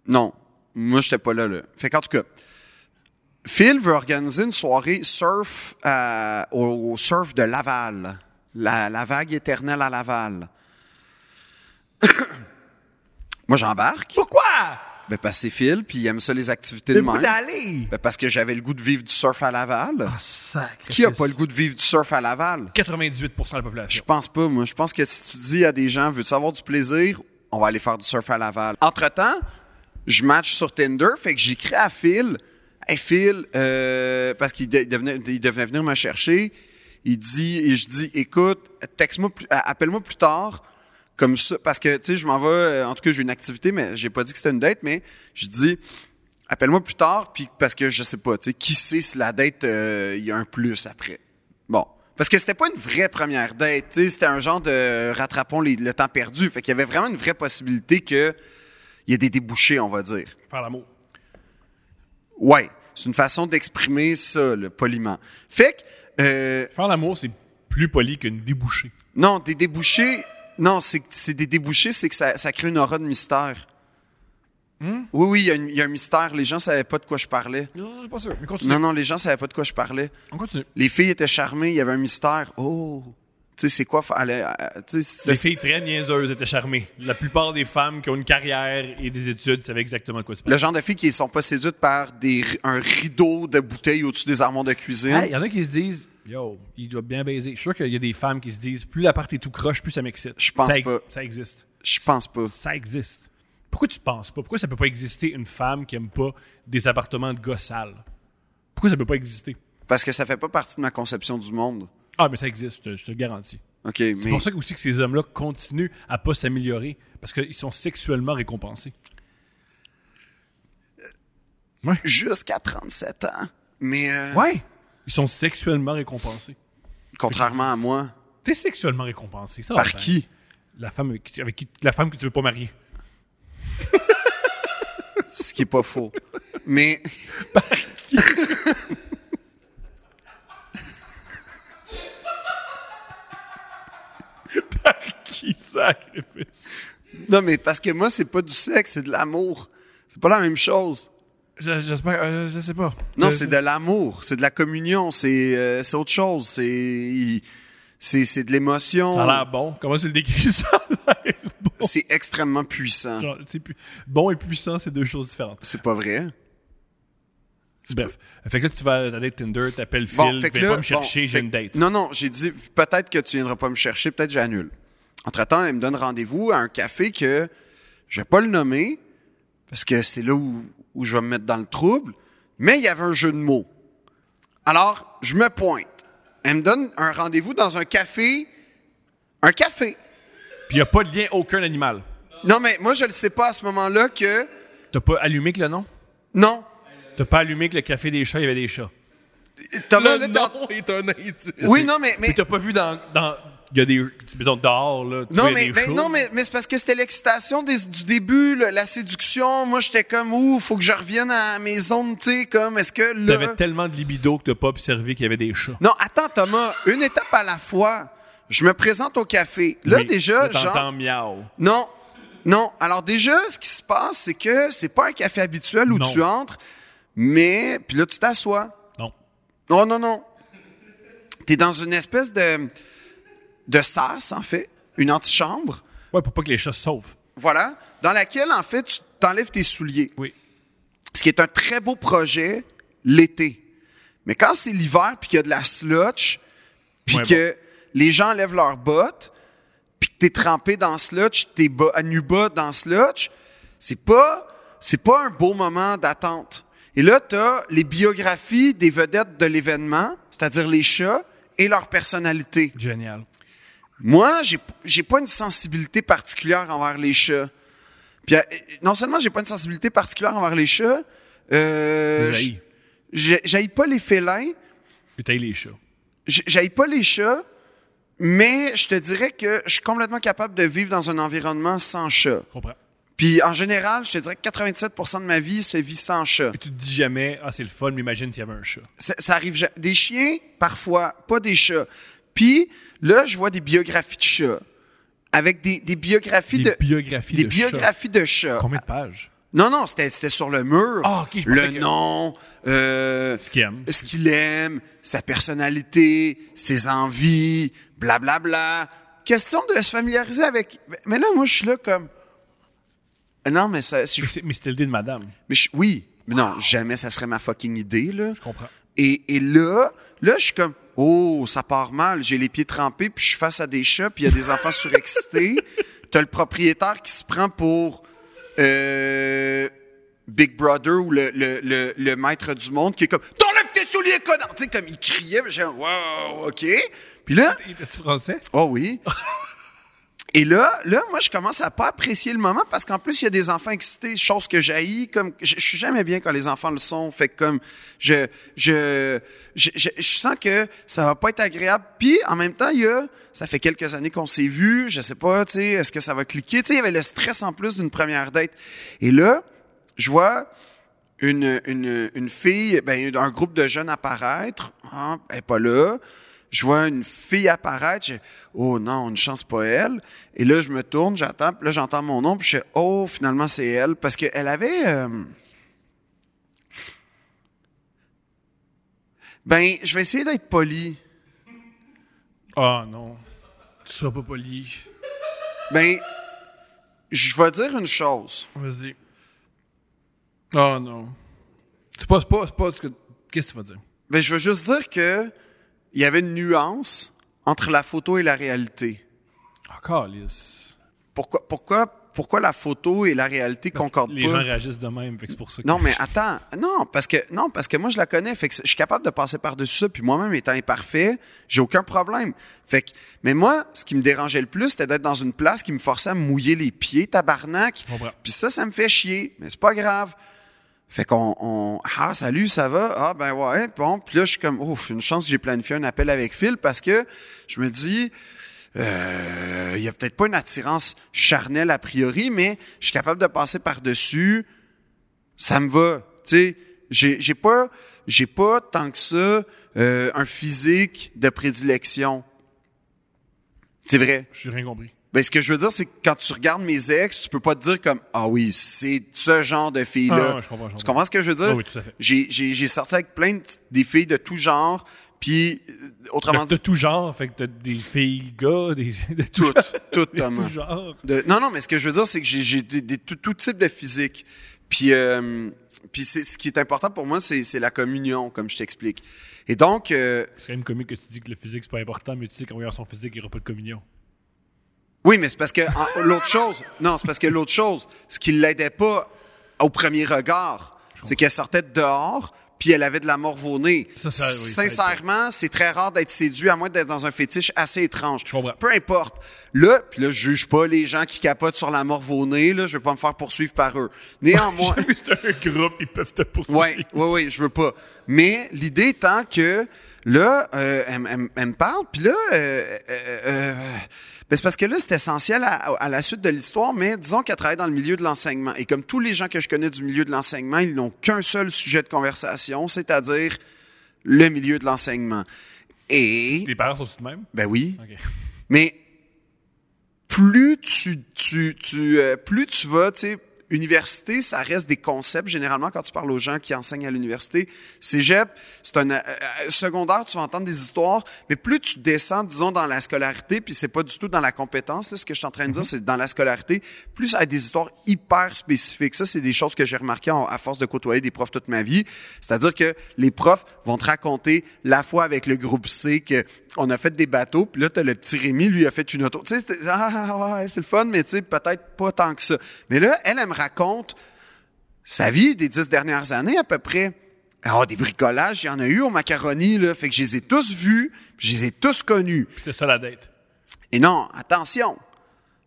Speaker 2: Non, moi, j'étais pas là, là. Fait qu'en tout cas, euh, Phil veut organiser une soirée surf à- au, au surf de Laval. La, la vague éternelle à Laval. Moi, j'embarque.
Speaker 1: Pourquoi?
Speaker 2: Ben, parce que c'est Phil, puis il aime ça les activités
Speaker 1: T'es
Speaker 2: de
Speaker 1: pas
Speaker 2: mer.
Speaker 1: d'aller!
Speaker 2: Ben, parce que j'avais le goût de vivre du surf à Laval.
Speaker 1: Sacré.
Speaker 2: Qui a pas le goût de vivre du surf à Laval?
Speaker 1: 98 de la
Speaker 2: Je
Speaker 1: population.
Speaker 2: pense pas, moi. Je pense que si tu dis à des gens, veux-tu avoir du plaisir? On va aller faire du surf à Laval. Entre-temps, je match sur Tinder, fait que j'écris à Phil. Hey, Phil, euh, parce qu'il de- il devenait, il devait venir me chercher. Il dit, et je dis, écoute, texte-moi, plus- a- appelle-moi plus tard. Comme ça, parce que, tu sais, je m'en vais, euh, en tout cas, j'ai une activité, mais j'ai pas dit que c'était une date, mais je dis, appelle-moi plus tard, puis parce que je sais pas, tu sais, qui sait si la date, euh, il y a un plus après. Bon. Parce que c'était pas une vraie première date, tu sais, c'était un genre de rattrapons les- le temps perdu. Fait qu'il y avait vraiment une vraie possibilité que il y ait des débouchés, on va dire.
Speaker 1: Par l'amour.
Speaker 2: Ouais. C'est une façon d'exprimer ça, le poliment. Fait que, euh,
Speaker 1: Faire l'amour, c'est plus poli qu'une débouchée.
Speaker 2: non, des débouchés, non, c'est c'est des débouchés, c'est que ça, ça crée une aura de mystère. Oui, oui, il y a une- il y, a un mystère. Les gens savaient pas de quoi je parlais.
Speaker 1: Non, je suis pas sûr. Mais continue.
Speaker 2: Non, non, les gens savaient pas de quoi je parlais.
Speaker 1: On continue.
Speaker 2: Les filles étaient charmées, il y avait un mystère. Oh, tu sais, c'est quoi? fa- elle a- elle- tu sais,
Speaker 1: Les
Speaker 2: c'est-
Speaker 1: filles très niaiseuses étaient charmées. La plupart des femmes qui ont une carrière et des études savaient exactement de quoi tu parles.
Speaker 2: Le genre de filles qui ne sont pas séduites par des, ri- un rideau de bouteilles au-dessus des armoires de cuisine.
Speaker 1: Hey, Il y en a qui se disent Yo, il doit bien baiser. Je suis sûr qu'il y a des femmes qui se disent Plus l'appart est tout croche, plus ça m'excite.
Speaker 2: Je pense
Speaker 1: Ça-
Speaker 2: pas.
Speaker 1: Ça existe.
Speaker 2: Je pense pas.
Speaker 1: Ça existe. Pourquoi tu penses pas? Pourquoi ça peut pas exister une femme qui aime pas des appartements de gars sales? Pourquoi ça peut pas exister?
Speaker 2: Parce que ça fait pas partie de ma conception du monde.
Speaker 1: Ah, mais ça existe, je te, je te le garantis.
Speaker 2: OK, mais
Speaker 1: C'est pour ça que, aussi que ces hommes-là continuent à pas s'améliorer parce qu'ils sont sexuellement récompensés.
Speaker 2: jusqu'à 37 ans. Mais euh,
Speaker 1: Ouais! Ils sont sexuellement récompensés.
Speaker 2: contrairement à moi,
Speaker 1: T'es sexuellement récompensé. Ça va
Speaker 2: par
Speaker 1: bien.
Speaker 2: qui?
Speaker 1: La femme avec, qui- avec qui, la femme que tu veux pas marier.
Speaker 2: Ce qui est pas faux. Mais
Speaker 1: Qui sacrifice?
Speaker 2: non, mais parce que moi, c'est pas du sexe, c'est de l'amour. C'est pas la même chose.
Speaker 1: Je- J'espère, euh, je sais pas.
Speaker 2: Non,
Speaker 1: Euh,
Speaker 2: c'est de l'amour, c'est de la communion, c'est euh, c'est autre chose, c'est c'est c'est de l'émotion.
Speaker 1: Ça a l'air bon. Comment tu le décris? Ça a l'air bon.
Speaker 2: C'est extrêmement puissant.
Speaker 1: Genre, c'est pu- Bon et puissant, c'est deux choses différentes.
Speaker 2: C'est pas vrai.
Speaker 1: Bref. Fait que là, tu vas à la date Tinder, t'appelles Phil,
Speaker 2: Bon, fait que
Speaker 1: viens
Speaker 2: là,
Speaker 1: pas me chercher,
Speaker 2: bon,
Speaker 1: j'ai
Speaker 2: fait-
Speaker 1: une date.
Speaker 2: Non, non, j'ai dit peut-être que tu viendras pas me chercher, peut-être j'annule. Entre-temps, elle me donne rendez-vous à un café que je vais pas le nommer parce que c'est là où, où je vais me mettre dans le trouble, mais il y avait un jeu de mots. Alors, je me pointe. Elle me donne un rendez-vous dans un café. Un café.
Speaker 1: Puis y a pas de lien aucun animal.
Speaker 2: Non, mais moi, je le sais pas à ce moment-là que.
Speaker 1: T'as pas allumé que le nom?
Speaker 2: Non.
Speaker 1: T'as pas allumé que le café des chats, il y avait des chats.
Speaker 2: Thomas, là, t'as-
Speaker 3: est un indice.
Speaker 2: Oui, non, mais. mais-
Speaker 1: Puis t'as pas vu dans. dans il y a des. Mettons, dehors, là. tu vois,
Speaker 2: Non
Speaker 1: il y a
Speaker 2: mais,
Speaker 1: des
Speaker 2: mais
Speaker 1: chats.
Speaker 2: non, mais, mais c'est parce que c'était l'excitation des- du début, le- la séduction. Moi, j'étais comme, ouh, faut que je revienne à mes zones, tu sais, comme, est-ce que là...
Speaker 1: T'avais tellement de libido que t'as pas observé qu'il y avait des chats.
Speaker 2: Non, attends, Thomas, une étape à la fois. Je me présente au café. Là,
Speaker 1: Oui,
Speaker 2: déjà,
Speaker 1: t'entends
Speaker 2: genre...
Speaker 1: miaou.
Speaker 2: Non, non. Alors déjà, ce qui se passe, c'est que c'est pas un café habituel où
Speaker 1: Non.
Speaker 2: tu entres, mais... Puis là, tu t'assois. Oh,
Speaker 1: Non.
Speaker 2: Non, non, non. T'es dans une espèce de... de sas, en fait. Une antichambre.
Speaker 1: Ouais, pour pas que les chats se sauvent.
Speaker 2: Voilà, dans laquelle, en fait, tu t'enlèves tes souliers.
Speaker 1: Oui.
Speaker 2: Ce qui est un très beau projet l'été. Mais quand c'est l'hiver, puis qu'il y a de la slotch, puis
Speaker 1: Moins
Speaker 2: que les gens enlèvent leurs bottes, puis que t'es trempé dans slotch, t'es bas- à nu bas dans slotch, c'est pas, c'est pas un beau moment d'attente. Et là, t'as les biographies des vedettes de l'événement, c'est-à-dire les chats, et leur personnalité.
Speaker 1: Génial.
Speaker 2: Moi, j'ai j'ai pas une sensibilité particulière envers les chats. Puis euh, non seulement j'ai pas une sensibilité particulière envers les chats, euh,
Speaker 1: J'haïs.
Speaker 2: j'ai- j'haïs pas les félins,
Speaker 1: Puis t'as les chats.
Speaker 2: j'ai- j'haïs pas les chats, mais je te dirais que je suis complètement capable de vivre dans un environnement sans chat.
Speaker 1: Comprends.
Speaker 2: Puis en général, je te dirais que 87% de ma vie se vit sans chat.
Speaker 1: Et tu te dis jamais, ah, c'est le fun, mais imagine s'il y avait un chat.
Speaker 2: ça, ça arrive ja- des chiens parfois, pas des chats. Puis là, je vois des biographies de chats avec des, des biographies
Speaker 1: Des
Speaker 2: de
Speaker 1: biographies
Speaker 2: des
Speaker 1: de chats.
Speaker 2: biographies de chats.
Speaker 1: Combien de pages?
Speaker 2: Non, non, c'était c'était sur le mur.
Speaker 1: Ah, ok, je pensais
Speaker 2: le
Speaker 1: que-
Speaker 2: nom, euh,
Speaker 1: Ce qu'il aime.
Speaker 2: ce qu'il aime, sa personnalité, ses envies, blablabla. Question de se familiariser avec. Mais là, moi, je suis là comme. Ah, Non, mais ça. si
Speaker 1: Mais
Speaker 2: je-
Speaker 1: c'est- Mais c'était le dé de madame.
Speaker 2: mais je- oui, mais non, jamais ça serait ma fucking idée, là.
Speaker 1: Je comprends.
Speaker 2: Et, et là, là, je suis comme, oh, ça part mal. J'ai les pieds trempés, puis je suis face à des chats, puis il y a des enfants surexcités. T'as le propriétaire qui se prend pour euh, Big Brother ou le, le, le, le maître du monde qui est comme, t'enlèves tes souliers, connard! Tu sais, comme il criait, puis j'ai un, wow, OK. Puis là,
Speaker 1: Il était français?
Speaker 2: Oh oui. Et là, là, moi, je commence à pas apprécier le moment parce qu'en plus, il y a des enfants excités, chose que j'haïs. Comme, je, je suis jamais bien quand les enfants le sont. Fait que comme, je, je, je, je, je sens que ça va pas être agréable. Puis, en même temps, il y a, ça fait quelques années qu'on s'est vus. Je sais pas, tu sais, est-ce que ça va cliquer? Tu sais, il y avait le stress en plus d'une première date. Et là, je vois, une, une, une fille, ben, un groupe de jeunes apparaître. Hein, elle est pas là. Je vois une fille apparaître. Je, oh non, une chance pas elle. Et là, je me tourne, j'attends. puis Là, j'entends mon nom. Puis je fais, oh, finalement, c'est elle. Parce qu'elle avait... euh, Ben, je vais essayer d'être poli.
Speaker 1: Ah non. Tu seras pas poli.
Speaker 2: Ben, je vais dire une chose.
Speaker 1: Vas-y. Ah non. C'est pas, c'est pas, c'est pas ce que. Qu'est-ce que tu vas dire?
Speaker 2: Ben, je veux juste dire que il y avait une nuance entre la photo et la réalité.
Speaker 1: Encore, Lise.
Speaker 2: Pourquoi, pourquoi, pourquoi la photo et la réalité concordent
Speaker 1: Les
Speaker 2: pas?
Speaker 1: gens réagissent de même, fait que c'est pour ça que.
Speaker 2: Non, mais attends. Non, parce que, non, parce que moi, je la connais. Fait que je suis capable de passer par-dessus ça. Puis moi-même, étant imparfait, j'ai aucun problème. Fait que, mais moi, ce qui me dérangeait le plus, c'était d'être dans une place qui me forçait à me mouiller les pieds, tabarnak.
Speaker 1: Je comprends.
Speaker 2: Puis ça, ça me fait chier. Mais c'est pas grave. Fait qu'on, on, ah, salut, ça va? Ah, ben ouais, bon. Puis là, je suis comme, ouf, une chance que j'ai planifié un appel avec Phil parce que je me dis, euh, il y a peut-être pas une attirance charnelle a priori, mais je suis capable de passer par-dessus. Ça me va. Tu sais, j'ai, j'ai pas, j'ai pas tant que ça euh, un physique de prédilection. C'est vrai.
Speaker 1: J'ai rien compris.
Speaker 2: Ben, ce que je veux dire, c'est que quand tu regardes mes ex, tu peux pas te dire comme Ah oui, c'est ce genre de
Speaker 1: Ah,
Speaker 2: fille-là.
Speaker 1: ouais, je comprends, je
Speaker 2: tu
Speaker 1: comprends.
Speaker 2: comprends ce que je veux dire?
Speaker 1: Ah oui, tout à fait.
Speaker 2: J'ai- J'ai j'ai sorti avec plein de, des filles de tout genre, puis euh, autrement
Speaker 1: Fait que
Speaker 2: dit,
Speaker 1: T'as tout genre, fait que t'as des filles, gars, des. De tout,
Speaker 2: toutes, toutes,
Speaker 1: de tout
Speaker 2: Thomas.
Speaker 1: genre.
Speaker 2: De- non, non, mais ce que je veux dire, c'est que j'ai- j'ai des, des- tout, tout type de physique. Puis, euh, puis c'est- ce qui est important pour moi, c'est c'est la communion, comme je t'explique. Et donc, euh,
Speaker 1: C'est quand même comique que tu dis que le physique, c'est pas important, mais tu sais qu'en voyant son physique, il n'y aura pas de communion.
Speaker 2: Oui, mais c'est parce que en- l'autre chose, non, c'est parce que l'autre chose, ce qui l'aidait pas au premier regard, c'est qu'elle sortait de dehors, puis elle avait de la morve au nez.
Speaker 1: Ça, ça, oui, ça aide pas.
Speaker 2: Sincèrement, c'est très rare d'être séduit à moins d'être dans un fétiche assez étrange.
Speaker 1: Je comprends.
Speaker 2: Peu importe. Là, puis là, je juge pas les gens qui capotent sur la morve au nez. Là, je vais pas me faire poursuivre par eux. Néanmoins.
Speaker 1: Jamais c'est un groupe, ils peuvent te poursuivre.
Speaker 2: Ouais, ouais, ouais, je veux pas. Mais l'idée étant que là, euh, elle, m- elle m- elle me parle, puis là, euh, euh, euh, ben, c'est parce que là, c'est essentiel à, à la suite de l'histoire, mais disons qu'elle travaille dans le milieu de l'enseignement. Et comme tous les gens que je connais du milieu de l'enseignement, ils n'ont qu'un seul sujet de conversation, c'est-à-dire le milieu de l'enseignement. Et,
Speaker 1: Tes parents sont tout de même?
Speaker 2: ben oui,
Speaker 1: Ok.
Speaker 2: mais plus tu, tu, tu, euh, plus tu vas, tu sais, université, ça reste des concepts. Généralement, quand tu parles aux gens qui enseignent à l'université, cégep, c'est un euh, euh, secondaire, tu vas entendre des histoires, mais plus tu descends, disons, dans la scolarité, puis c'est pas du tout dans la compétence, là, ce que je suis en train de dire, c'est dans la scolarité, plus ça a des histoires hyper spécifiques. Ça, c'est des choses que j'ai remarquées en- à force de côtoyer des profs toute ma vie. C'est-à-dire que les profs vont te raconter la fois avec le groupe C que on a fait des bateaux, puis là, t'as le petit Rémi, lui, a fait une auto. Tu sais, c'était- ah, ouais, c'est le fun, mais tu sais, peut-être pas tant que ça. Mais là, elle, elle me raconte sa vie des dix dernières années à peu près. Ah, des bricolages, il y en a eu au macaroni, là. Fait que je les ai tous vus, puis je les ai tous connus.
Speaker 1: Puis c'était ça la date.
Speaker 2: Et non, attention.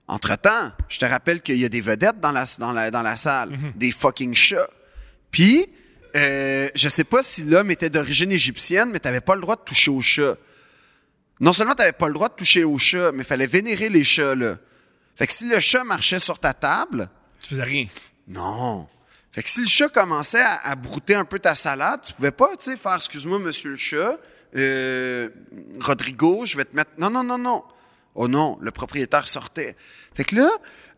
Speaker 2: Entre-temps, je te rappelle qu'il y a des vedettes dans la, dans la, dans la salle, des fucking chats. Puis, euh, je sais pas si l'homme était d'origine égyptienne, mais t'avais pas le droit de toucher aux chats. Non seulement t'avais pas le droit de toucher aux chats, mais fallait vénérer les chats, là. Fait que si le chat marchait sur ta table,
Speaker 1: Tu faisais rien.
Speaker 2: non. Fait que si le chat commençait à, à brouter un peu ta salade, tu pouvais pas, tu sais, faire excuse-moi, monsieur le chat, euh, Rodrigo, je vais te mettre. Non, non, non, non. Oh non, le propriétaire sortait. Fait que là,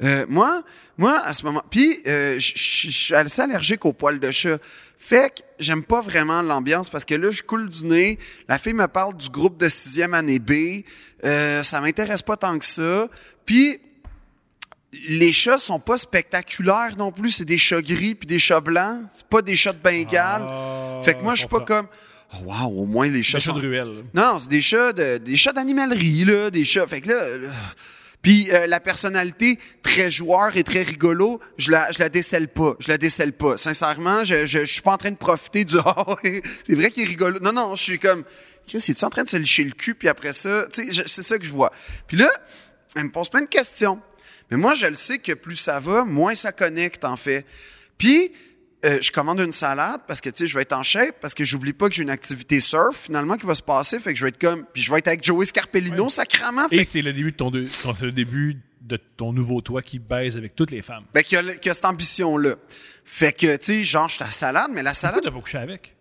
Speaker 2: euh, moi, moi, à ce moment, puis euh, je je- je suis assez allergique aux poils de chat. Fait que j'aime pas vraiment l'ambiance parce que là, je coule du nez. La fille me parle du groupe de sixième année B. Euh, ça m'intéresse pas tant que ça. Puis les chats sont pas spectaculaires non plus. C'est des chats gris puis des chats blancs. C'est pas des chats de Bengale.
Speaker 1: Ah,
Speaker 2: fait que moi, je suis pas
Speaker 1: comprends.
Speaker 2: comme. Oh, wow, au moins les chats
Speaker 1: Des chats
Speaker 2: sont
Speaker 1: de ruelle.
Speaker 2: non, c'est des chats de, des chats d'animalerie là, des chats. Fait que là, euh, puis euh, la personnalité très joueur et très rigolo, je la je la décèle pas, je la décèle pas. Sincèrement, je je, je suis pas en train de profiter du Ah ouais, c'est vrai qu'il est rigolo. Non non, je suis comme Chris, es-tu en train de se licher le cul puis après ça, tu sais, je- c'est ça que je vois. Puis là, elle me pose plein de questions. Mais moi, je le sais que plus ça va, moins ça connecte en fait. Puis euh, je commande une salade parce que tu sais je vais être en shape parce que j'oublie pas que j'ai une activité surf finalement qui va se passer fait que je vais être comme puis je vais être avec Joey Scarpellino sacrament fait
Speaker 1: Et c'est le début de ton deux- ton- c'est le début de ton nouveau toi qui baise avec toutes les femmes.
Speaker 2: ben, qu'il y a, le- qu'il y a cette ambition là fait que tu sais genre je suis à la salade mais la
Speaker 1: Pourquoi
Speaker 2: salade
Speaker 1: t'as pas couché avec?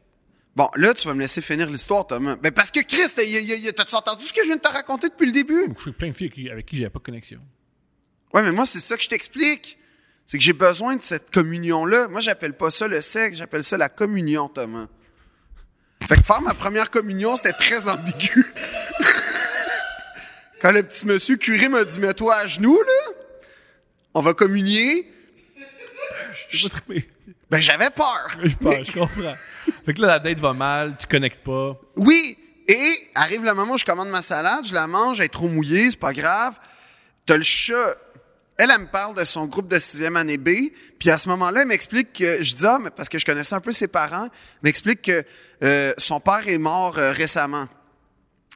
Speaker 2: bon là tu vas me laisser finir l'histoire Thomas ben parce que Chris t'as- y a- y a- y a- t'as-tu entendu ce que je viens de te raconter depuis le début
Speaker 1: J'ai couché avec plein de filles avec qui- avec qui j'avais pas de connexion.
Speaker 2: Ouais, mais moi, c'est ça que je t'explique. C'est que j'ai besoin de cette communion-là. Moi, j'appelle pas ça le sexe, j'appelle ça la communion, Thomas. Fait que faire ma première communion, c'était très ambigu. Quand le petit monsieur curé m'a dit Mets-toi à genoux, là, on va communier,
Speaker 1: J'ai pas trippé.
Speaker 2: ben j'avais peur.
Speaker 1: Je pense, je comprends. Fait que là, la date va mal, tu connectes pas.
Speaker 2: Oui, et arrive le moment où je commande ma salade, je la mange, elle est trop mouillée, c'est pas grave. T'as le chat. Elle, elle me parle de son groupe de sixième année B, puis à ce moment-là, elle m'explique que, je dis, ah, mais parce que je connaissais un peu ses parents, elle m'explique que euh, son père est mort euh, récemment.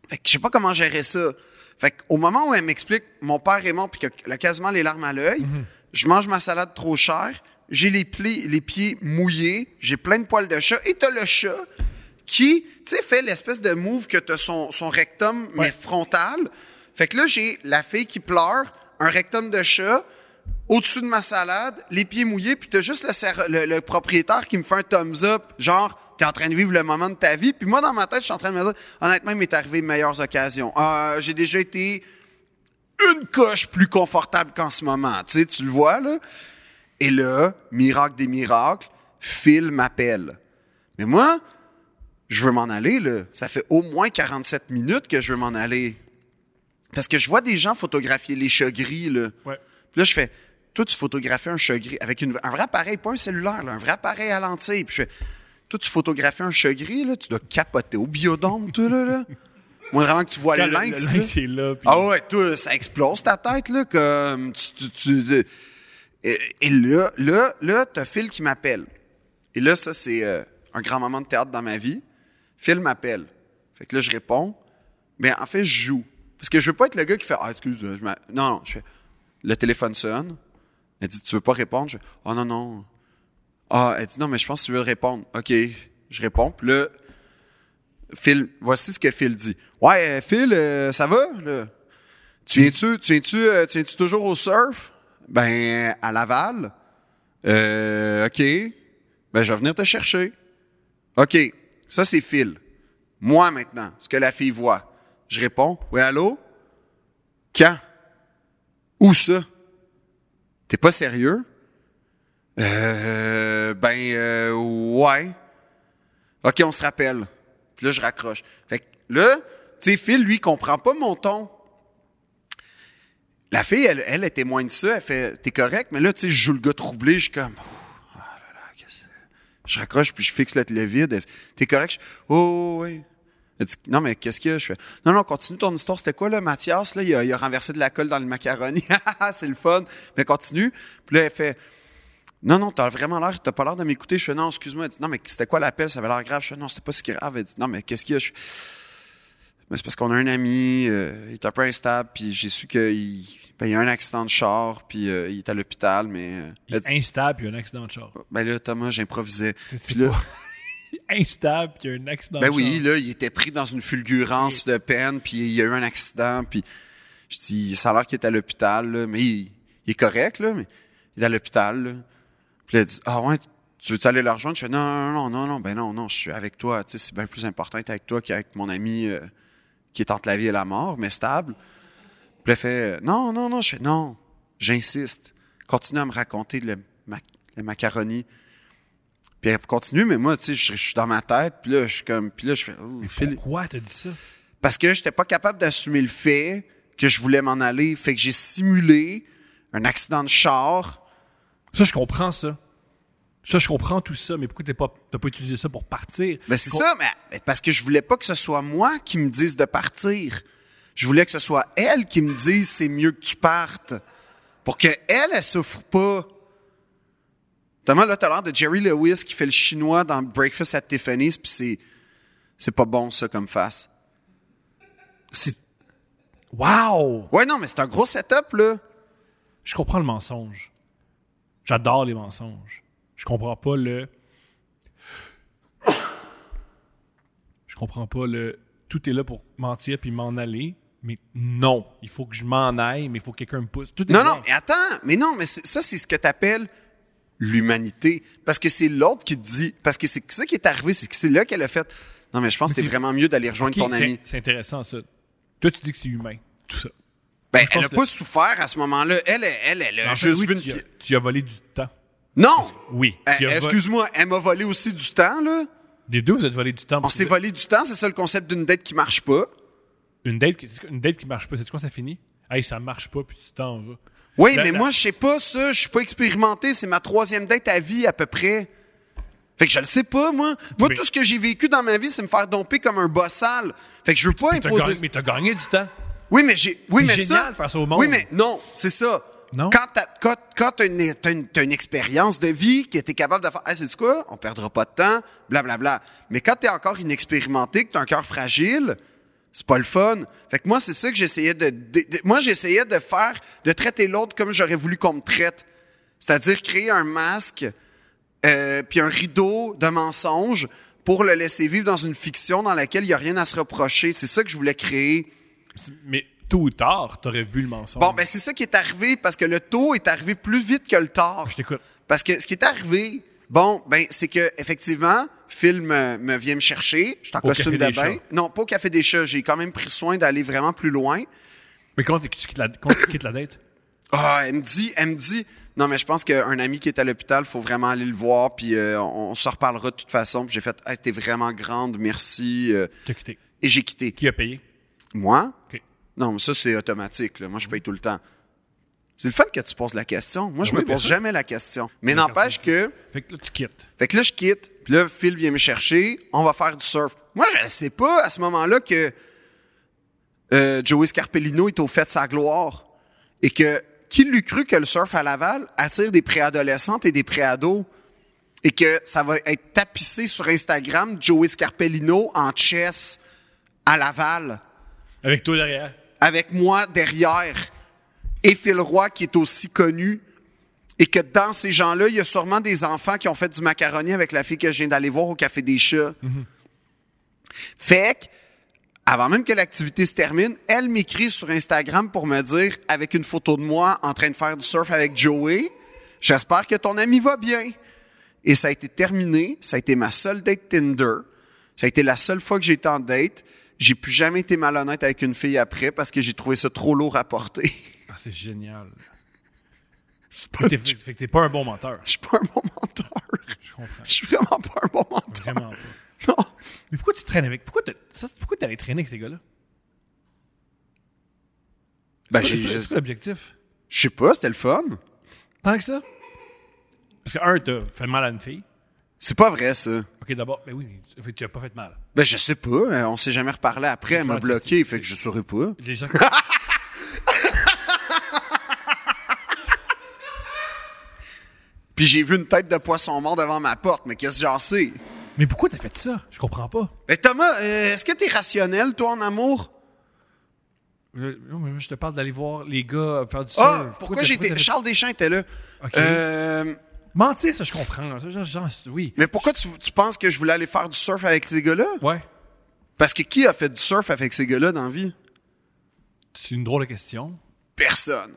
Speaker 2: Fait que je sais pas comment gérer ça. Fait qu'au moment où elle m'explique mon père est mort puis qu'elle a quasiment les larmes à l'œil, je mange ma salade trop chère, j'ai les, plis- les pieds mouillés, j'ai plein de poils de chat et t'as le chat qui, tu sais, fait l'espèce de move que t'as son, son rectum mais
Speaker 1: Ouais.
Speaker 2: frontal. Fait que là, j'ai la fille qui pleure, un rectum de chat, au-dessus de ma salade, les pieds mouillés, puis t'as juste le, ser- le- le propriétaire qui me fait un thumbs up, genre, t'es en train de vivre le moment de ta vie. Puis moi, dans ma tête, je suis en train de me dire, honnêtement, il m'est arrivé de meilleures occasions. Euh, j'ai déjà été une coche plus confortable qu'en ce moment. Tu sais, tu le vois, là. Et là, miracle des miracles, Phil m'appelle. Mais moi, je veux m'en aller, là. Ça fait au moins 47 minutes que je veux m'en aller. Parce que je vois des gens photographier les chats gris, là.
Speaker 1: Ouais.
Speaker 2: Puis là, je fais, toi, tu photographies un chat gris avec une- un vrai appareil, pas un cellulaire, là, un vrai appareil à lentille. Puis je fais, toi, tu photographies un chat gris, là, tu dois capoter au biodome, toi, là, là. Moi, vraiment que tu vois
Speaker 1: Quand
Speaker 2: le
Speaker 1: le
Speaker 2: lynx, là.
Speaker 1: lynx est là. puis-
Speaker 2: Ah ouais, toi, ça explose ta tête, là, comme tu... tu- tu- tu- et, et là, là, là, t'as Phil qui m'appelle. Et là, ça, c'est euh, un grand moment de théâtre dans ma vie. Phil m'appelle. Fait que là, je réponds. Mais en fait, je joue. Parce que je veux pas être le gars qui fait « Ah, excuse, euh, je m'a- Non, non, je fais... Le téléphone sonne. Elle dit « Tu veux pas répondre? » Je fais, Oh non, non. » Ah, elle dit « Non, mais je pense que tu veux répondre. » OK, je réponds. Puis là, Phil, voici ce que Phil dit. Ouais, euh, Phil, euh, ça va? Là? Tu viens-tu, tu viens-tu, euh, tu viens-tu toujours au surf? Ben, à Laval. Euh, OK. Ben, je vais venir te chercher. OK. Ça, c'est Phil. Moi, maintenant, ce que la fille voit. Je réponds. Oui, allô? Quand? Où ça? T'es pas sérieux? Euh, ben, euh, ouais. OK, on se rappelle. Puis là, je raccroche. Fait que là, tu sais, Phil, lui, comprend pas mon ton. La fille, elle, elle, elle témoigne de ça. Elle fait T'es correct, mais là, tu sais, je joue le gars troublé. Je suis comme Oh là là, qu'est-ce que c'est? Je raccroche, puis je fixe le, le vide. Elle fait, T'es correct? Je, oh, oui. Elle dit, non, mais qu'est-ce qu'il y a? Je fais, non, non, continue ton histoire. C'était quoi, là, Mathias? Là, il a, il a renversé de la colle dans le macaroni. Ah, c'est le fun. Mais continue. Puis là, elle fait, non, non, t'as vraiment l'air, t'as pas l'air de m'écouter. Je fais, non, excuse-moi. Elle dit, non, mais c'était quoi l'appel? Ça avait l'air grave. Je fais, non, c'était pas si grave. Elle dit, non, mais qu'est-ce qu'il y a? Je fais, mais c'est parce qu'on a un ami, euh, il est un peu instable, puis j'ai su qu'il ben, il y a eu un accident de char, puis euh, il est à l'hôpital, mais. euh,
Speaker 1: Il
Speaker 2: elle
Speaker 1: est
Speaker 2: dit,
Speaker 1: instable, puis il y a un accident de char.
Speaker 2: ben là, Thomas, j'improvisais. Puis
Speaker 1: C'est
Speaker 2: là,
Speaker 1: pas- Il est instable, puis il y a un accident
Speaker 2: ben
Speaker 1: de
Speaker 2: oui,
Speaker 1: char.
Speaker 2: là, il était pris dans une fulgurance de peine, puis il y a eu un accident, puis je dis, ça a l'air qu'il est à l'hôpital, là, mais il, il est correct, là, mais il est à l'hôpital, là. Puis là, il dit, ah ouais, tu veux-tu aller le rejoindre? Je fais, non, non, non, non, non, ben non, non, je suis avec toi, tu sais, c'est bien plus important d'être avec toi qu'avec mon ami euh, qui est entre la vie et la mort, mais stable. Puis elle fait euh, Non, non, non. Je fais Non, j'insiste. Continue à me raconter le, ma- le macaroni. Puis elle continue, mais moi, tu sais, je je suis dans ma tête. Puis là, je suis comme. Puis là, je fais. Oh, Phil-
Speaker 1: Pourquoi t'as dit ça?
Speaker 2: parce que j'étais pas capable d'assumer le fait que je voulais m'en aller. Fait que j'ai simulé un accident de char.
Speaker 1: Ça, je comprends ça. Ça, je comprends tout ça, mais pourquoi t'as pas, t'as pas utilisé ça pour partir?
Speaker 2: Ben c'est
Speaker 1: Je com-
Speaker 2: ça, mais mais parce que je voulais pas que ce soit moi qui me dise de partir. Je voulais que ce soit elle qui me dise c'est mieux que tu partes. Pour que elle, elle souffre pas. Notamment, là, t'as l'air de Jerry Lewis qui fait le chinois dans Breakfast at Tiffany's, puis c'est, c'est pas bon, ça, comme face.
Speaker 1: Wow!
Speaker 2: Ouais, non, mais c'est un gros setup, là.
Speaker 1: Je comprends le mensonge. J'adore les mensonges. Je comprends pas le. Je comprends pas le. Tout est là pour mentir puis m'en aller, mais non. Il faut que je m'en aille, mais il faut que quelqu'un me pousse. Tout est
Speaker 2: Non,
Speaker 1: bien.
Speaker 2: non, mais attends, mais non, mais c'est- ça, c'est ce que t'appelles l'humanité. Parce que c'est l'autre qui te dit, parce que c'est ça qui est arrivé, c'est que c'est là qu'elle a fait. Non, mais je pense que t'es vraiment mieux d'aller rejoindre
Speaker 1: Ok,
Speaker 2: ton
Speaker 1: c'est-
Speaker 2: ami.
Speaker 1: C'est intéressant, ça. Toi, tu dis que c'est humain, tout ça.
Speaker 2: Ben,
Speaker 1: je
Speaker 2: elle
Speaker 1: pense
Speaker 2: n'a
Speaker 1: que-
Speaker 2: pas souffert à ce moment-là. Elle, elle, elle, elle a
Speaker 1: En fait,
Speaker 2: juste
Speaker 1: oui,
Speaker 2: vu une.
Speaker 1: tu, as,
Speaker 2: pi-
Speaker 1: tu as volé du temps.
Speaker 2: Non!
Speaker 1: Oui.
Speaker 2: Eh,
Speaker 1: tu as vo-
Speaker 2: Excuse-moi, elle m'a volé aussi du temps, là.
Speaker 1: Les deux, vous êtes volé du temps.
Speaker 2: On s'est volé du temps, c'est ça le concept d'une dette qui marche pas.
Speaker 1: Une date, qui- c'est- une date qui marche pas, c'est quand ça finit? Hey, ça marche pas, puis tu t'en vas.
Speaker 2: Oui,
Speaker 1: La-
Speaker 2: mais
Speaker 1: la-
Speaker 2: moi, je sais pas ça, je suis pas expérimenté, c'est ma troisième date à vie à peu près. Fait que je le sais pas, moi. Moi,
Speaker 1: Mais-
Speaker 2: tout ce que j'ai vécu dans ma vie, c'est me faire domper comme un bossal. Fait que je veux pas
Speaker 1: T'as gagné-
Speaker 2: imposer.
Speaker 1: mais t'as gagné du temps.
Speaker 2: Oui, mais j'ai. Oui,
Speaker 1: C'est
Speaker 2: mais
Speaker 1: génial
Speaker 2: ça.
Speaker 1: de faire ça au monde.
Speaker 2: Oui, mais non, c'est ça.
Speaker 1: Non?
Speaker 2: Quand t'as quand, quand t'as une, t'as une, t'as une expérience de vie que t'es capable de faire, hey, c'est quoi? On perdra pas de temps, blablabla. Mais quand t'es encore inexpérimenté, que t'as un cœur fragile, c'est pas le fun. Fait que moi, c'est ça que j'essayais de, de- de- Moi, j'essayais de faire, de traiter l'autre comme j'aurais voulu qu'on me traite. C'est-à-dire créer un masque euh, puis un rideau de mensonges pour le laisser vivre dans une fiction dans laquelle il n'y a rien à se reprocher. C'est ça que je voulais créer.
Speaker 1: C'est- Mais tôt ou tard, t'aurais vu le mensonge.
Speaker 2: Bon, ben c'est ça qui est arrivé parce que le tôt est arrivé plus vite que le tard.
Speaker 1: Je t'écoute.
Speaker 2: Parce que ce qui est arrivé, bon, ben c'est que effectivement, Phil me, me vient me chercher. Je suis en
Speaker 1: Au Café
Speaker 2: costume de
Speaker 1: des
Speaker 2: bain.
Speaker 1: Chats.
Speaker 2: Non, pas au café des chats. J'ai quand même pris soin d'aller vraiment plus loin.
Speaker 1: Mais quand tu quittes la, quand tu quittes la date,
Speaker 2: Ah, elle me dit, elle me dit. Non, mais je pense qu'un ami qui est à l'hôpital, faut vraiment aller le voir. Puis euh, on, on se reparlera de toute façon. Puis j'ai fait, hey, t'es vraiment grande, merci. euh,
Speaker 1: t'as quitté.
Speaker 2: et j'ai quitté.
Speaker 1: Qui a payé?
Speaker 2: Moi?
Speaker 1: OK.
Speaker 2: Non, mais ça, c'est automatique. là. Moi, je paye tout le temps. C'est le fun que tu poses la question. Moi, je
Speaker 1: Mm. Ben oui,
Speaker 2: me
Speaker 1: bien
Speaker 2: pose
Speaker 1: sûr.
Speaker 2: jamais la question. Mais
Speaker 1: D'accord.
Speaker 2: n'empêche que.
Speaker 1: Fait que là, tu quittes.
Speaker 2: Fait que là, je quitte. Puis là, Phil vient me chercher. On va faire du surf. Moi, je ne sais pas à ce moment-là que euh, Joey Scarpellino est au fait de sa gloire. Et que qui l'eût cru que le surf à Laval attire des préadolescentes et des préados? Et que ça va être tapissé sur Instagram Joey Scarpellino en chess à Laval
Speaker 1: Avec toi derrière.
Speaker 2: avec moi derrière et Phil Roy qui est aussi connu et que dans ces gens-là, il y a sûrement des enfants qui ont fait du macaroni avec la fille que je viens d'aller voir au Café des Chats. Fait que, avant même que l'activité se termine, elle m'écrit sur Instagram pour me dire, avec une photo de moi en train de faire du surf avec Joey, j'espère que ton ami va bien. Et ça a été terminé. Ça a été ma seule date Tinder. Ça a été la seule fois que j'ai été en date. J'ai plus jamais été malhonnête avec une fille après parce que j'ai trouvé ça trop lourd à porter.
Speaker 1: Ah, c'est génial.
Speaker 2: C'est
Speaker 1: Fait
Speaker 2: pas
Speaker 1: que t'es-
Speaker 2: je
Speaker 1: fait que t'es pas un bon menteur.
Speaker 2: suis pas un bon menteur.
Speaker 1: Je comprends.
Speaker 2: Je suis vraiment pas un bon menteur.
Speaker 1: Vraiment pas.
Speaker 2: Non.
Speaker 1: Mais pourquoi tu traînes avec. Pourquoi t'as- ça, pourquoi t'allais traîner avec ces gars-là?
Speaker 2: Ah, Ben,
Speaker 1: C'est
Speaker 2: j'ai-
Speaker 1: quoi- C'est quoi
Speaker 2: je
Speaker 1: l'objectif?
Speaker 2: je sais pas, c'était le fun.
Speaker 1: Tant que ça? Parce que, un, t'as fait mal à une fille.
Speaker 2: C'est pas vrai, ça.
Speaker 1: Ok, d'abord, ben oui, mais tu- fait que tu as pas fait mal.
Speaker 2: Ben, je sais pas. Euh, On s'est jamais reparlé après. Elle m'a
Speaker 1: Ouais,
Speaker 2: bloqué,
Speaker 1: c'est-
Speaker 2: fait que je saurais pas.
Speaker 1: Les gens.
Speaker 2: Puis j'ai vu une tête de poisson mort devant ma porte, mais qu'est-ce que j'en sais?
Speaker 1: Mais pourquoi t'as fait ça? Je comprends pas.
Speaker 2: Ben, Thomas, euh, est-ce que t'es rationnel, toi, en amour?
Speaker 1: Euh, non, mais moi, je te parle d'aller voir les gars euh, faire du surf.
Speaker 2: Ah, pourquoi,
Speaker 1: t'as-
Speaker 2: j'ai été.
Speaker 1: t'as fait-
Speaker 2: Charles Deschamps était là.
Speaker 1: Ok.
Speaker 2: Euh,
Speaker 1: Mentir, ça, je comprends. Ça, genre- genre, c'est- oui.
Speaker 2: mais pourquoi tu, tu penses que je voulais aller faire du surf avec ces gars-là?
Speaker 1: Ouais.
Speaker 2: Parce que qui a fait du surf avec ces gars-là dans la vie?
Speaker 1: C'est une drôle de question.
Speaker 2: Personne.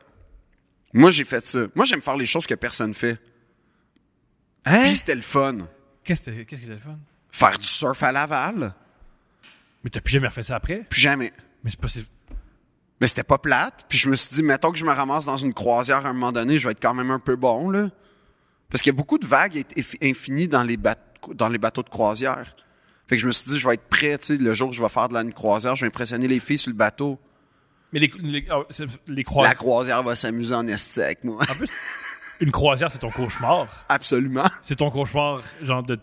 Speaker 2: Moi, j'ai fait ça. Moi, j'aime faire les choses que personne fait.
Speaker 1: Hein?
Speaker 2: Puis c'était le fun.
Speaker 1: Qu'est-ce que t'as- qu'est-ce que t'as le fun?
Speaker 2: Faire du surf à Laval?
Speaker 1: Mais t'as plus jamais refait ça après?
Speaker 2: Plus jamais.
Speaker 1: Mais c'est pas. c'est-
Speaker 2: Mais c'était pas plate. Puis je me suis dit, mettons que je me ramasse dans une croisière à un moment donné, je vais être quand même un peu bon, là. Parce qu'il y a beaucoup de vagues et- et- infinies dans les, bat- dans les bateaux de croisière. Fait que je me suis dit, je vais être prêt, tu sais, le jour où je vais faire de la une croisière, je vais impressionner les filles sur le bateau.
Speaker 1: Mais les, les, ah, c'est- les
Speaker 2: La
Speaker 1: croisières.
Speaker 2: croisière va s'amuser en esti avec moi.
Speaker 1: En plus, une croisière, c'est ton cauchemar.
Speaker 2: Absolument.
Speaker 1: C'est ton cauchemar, genre, de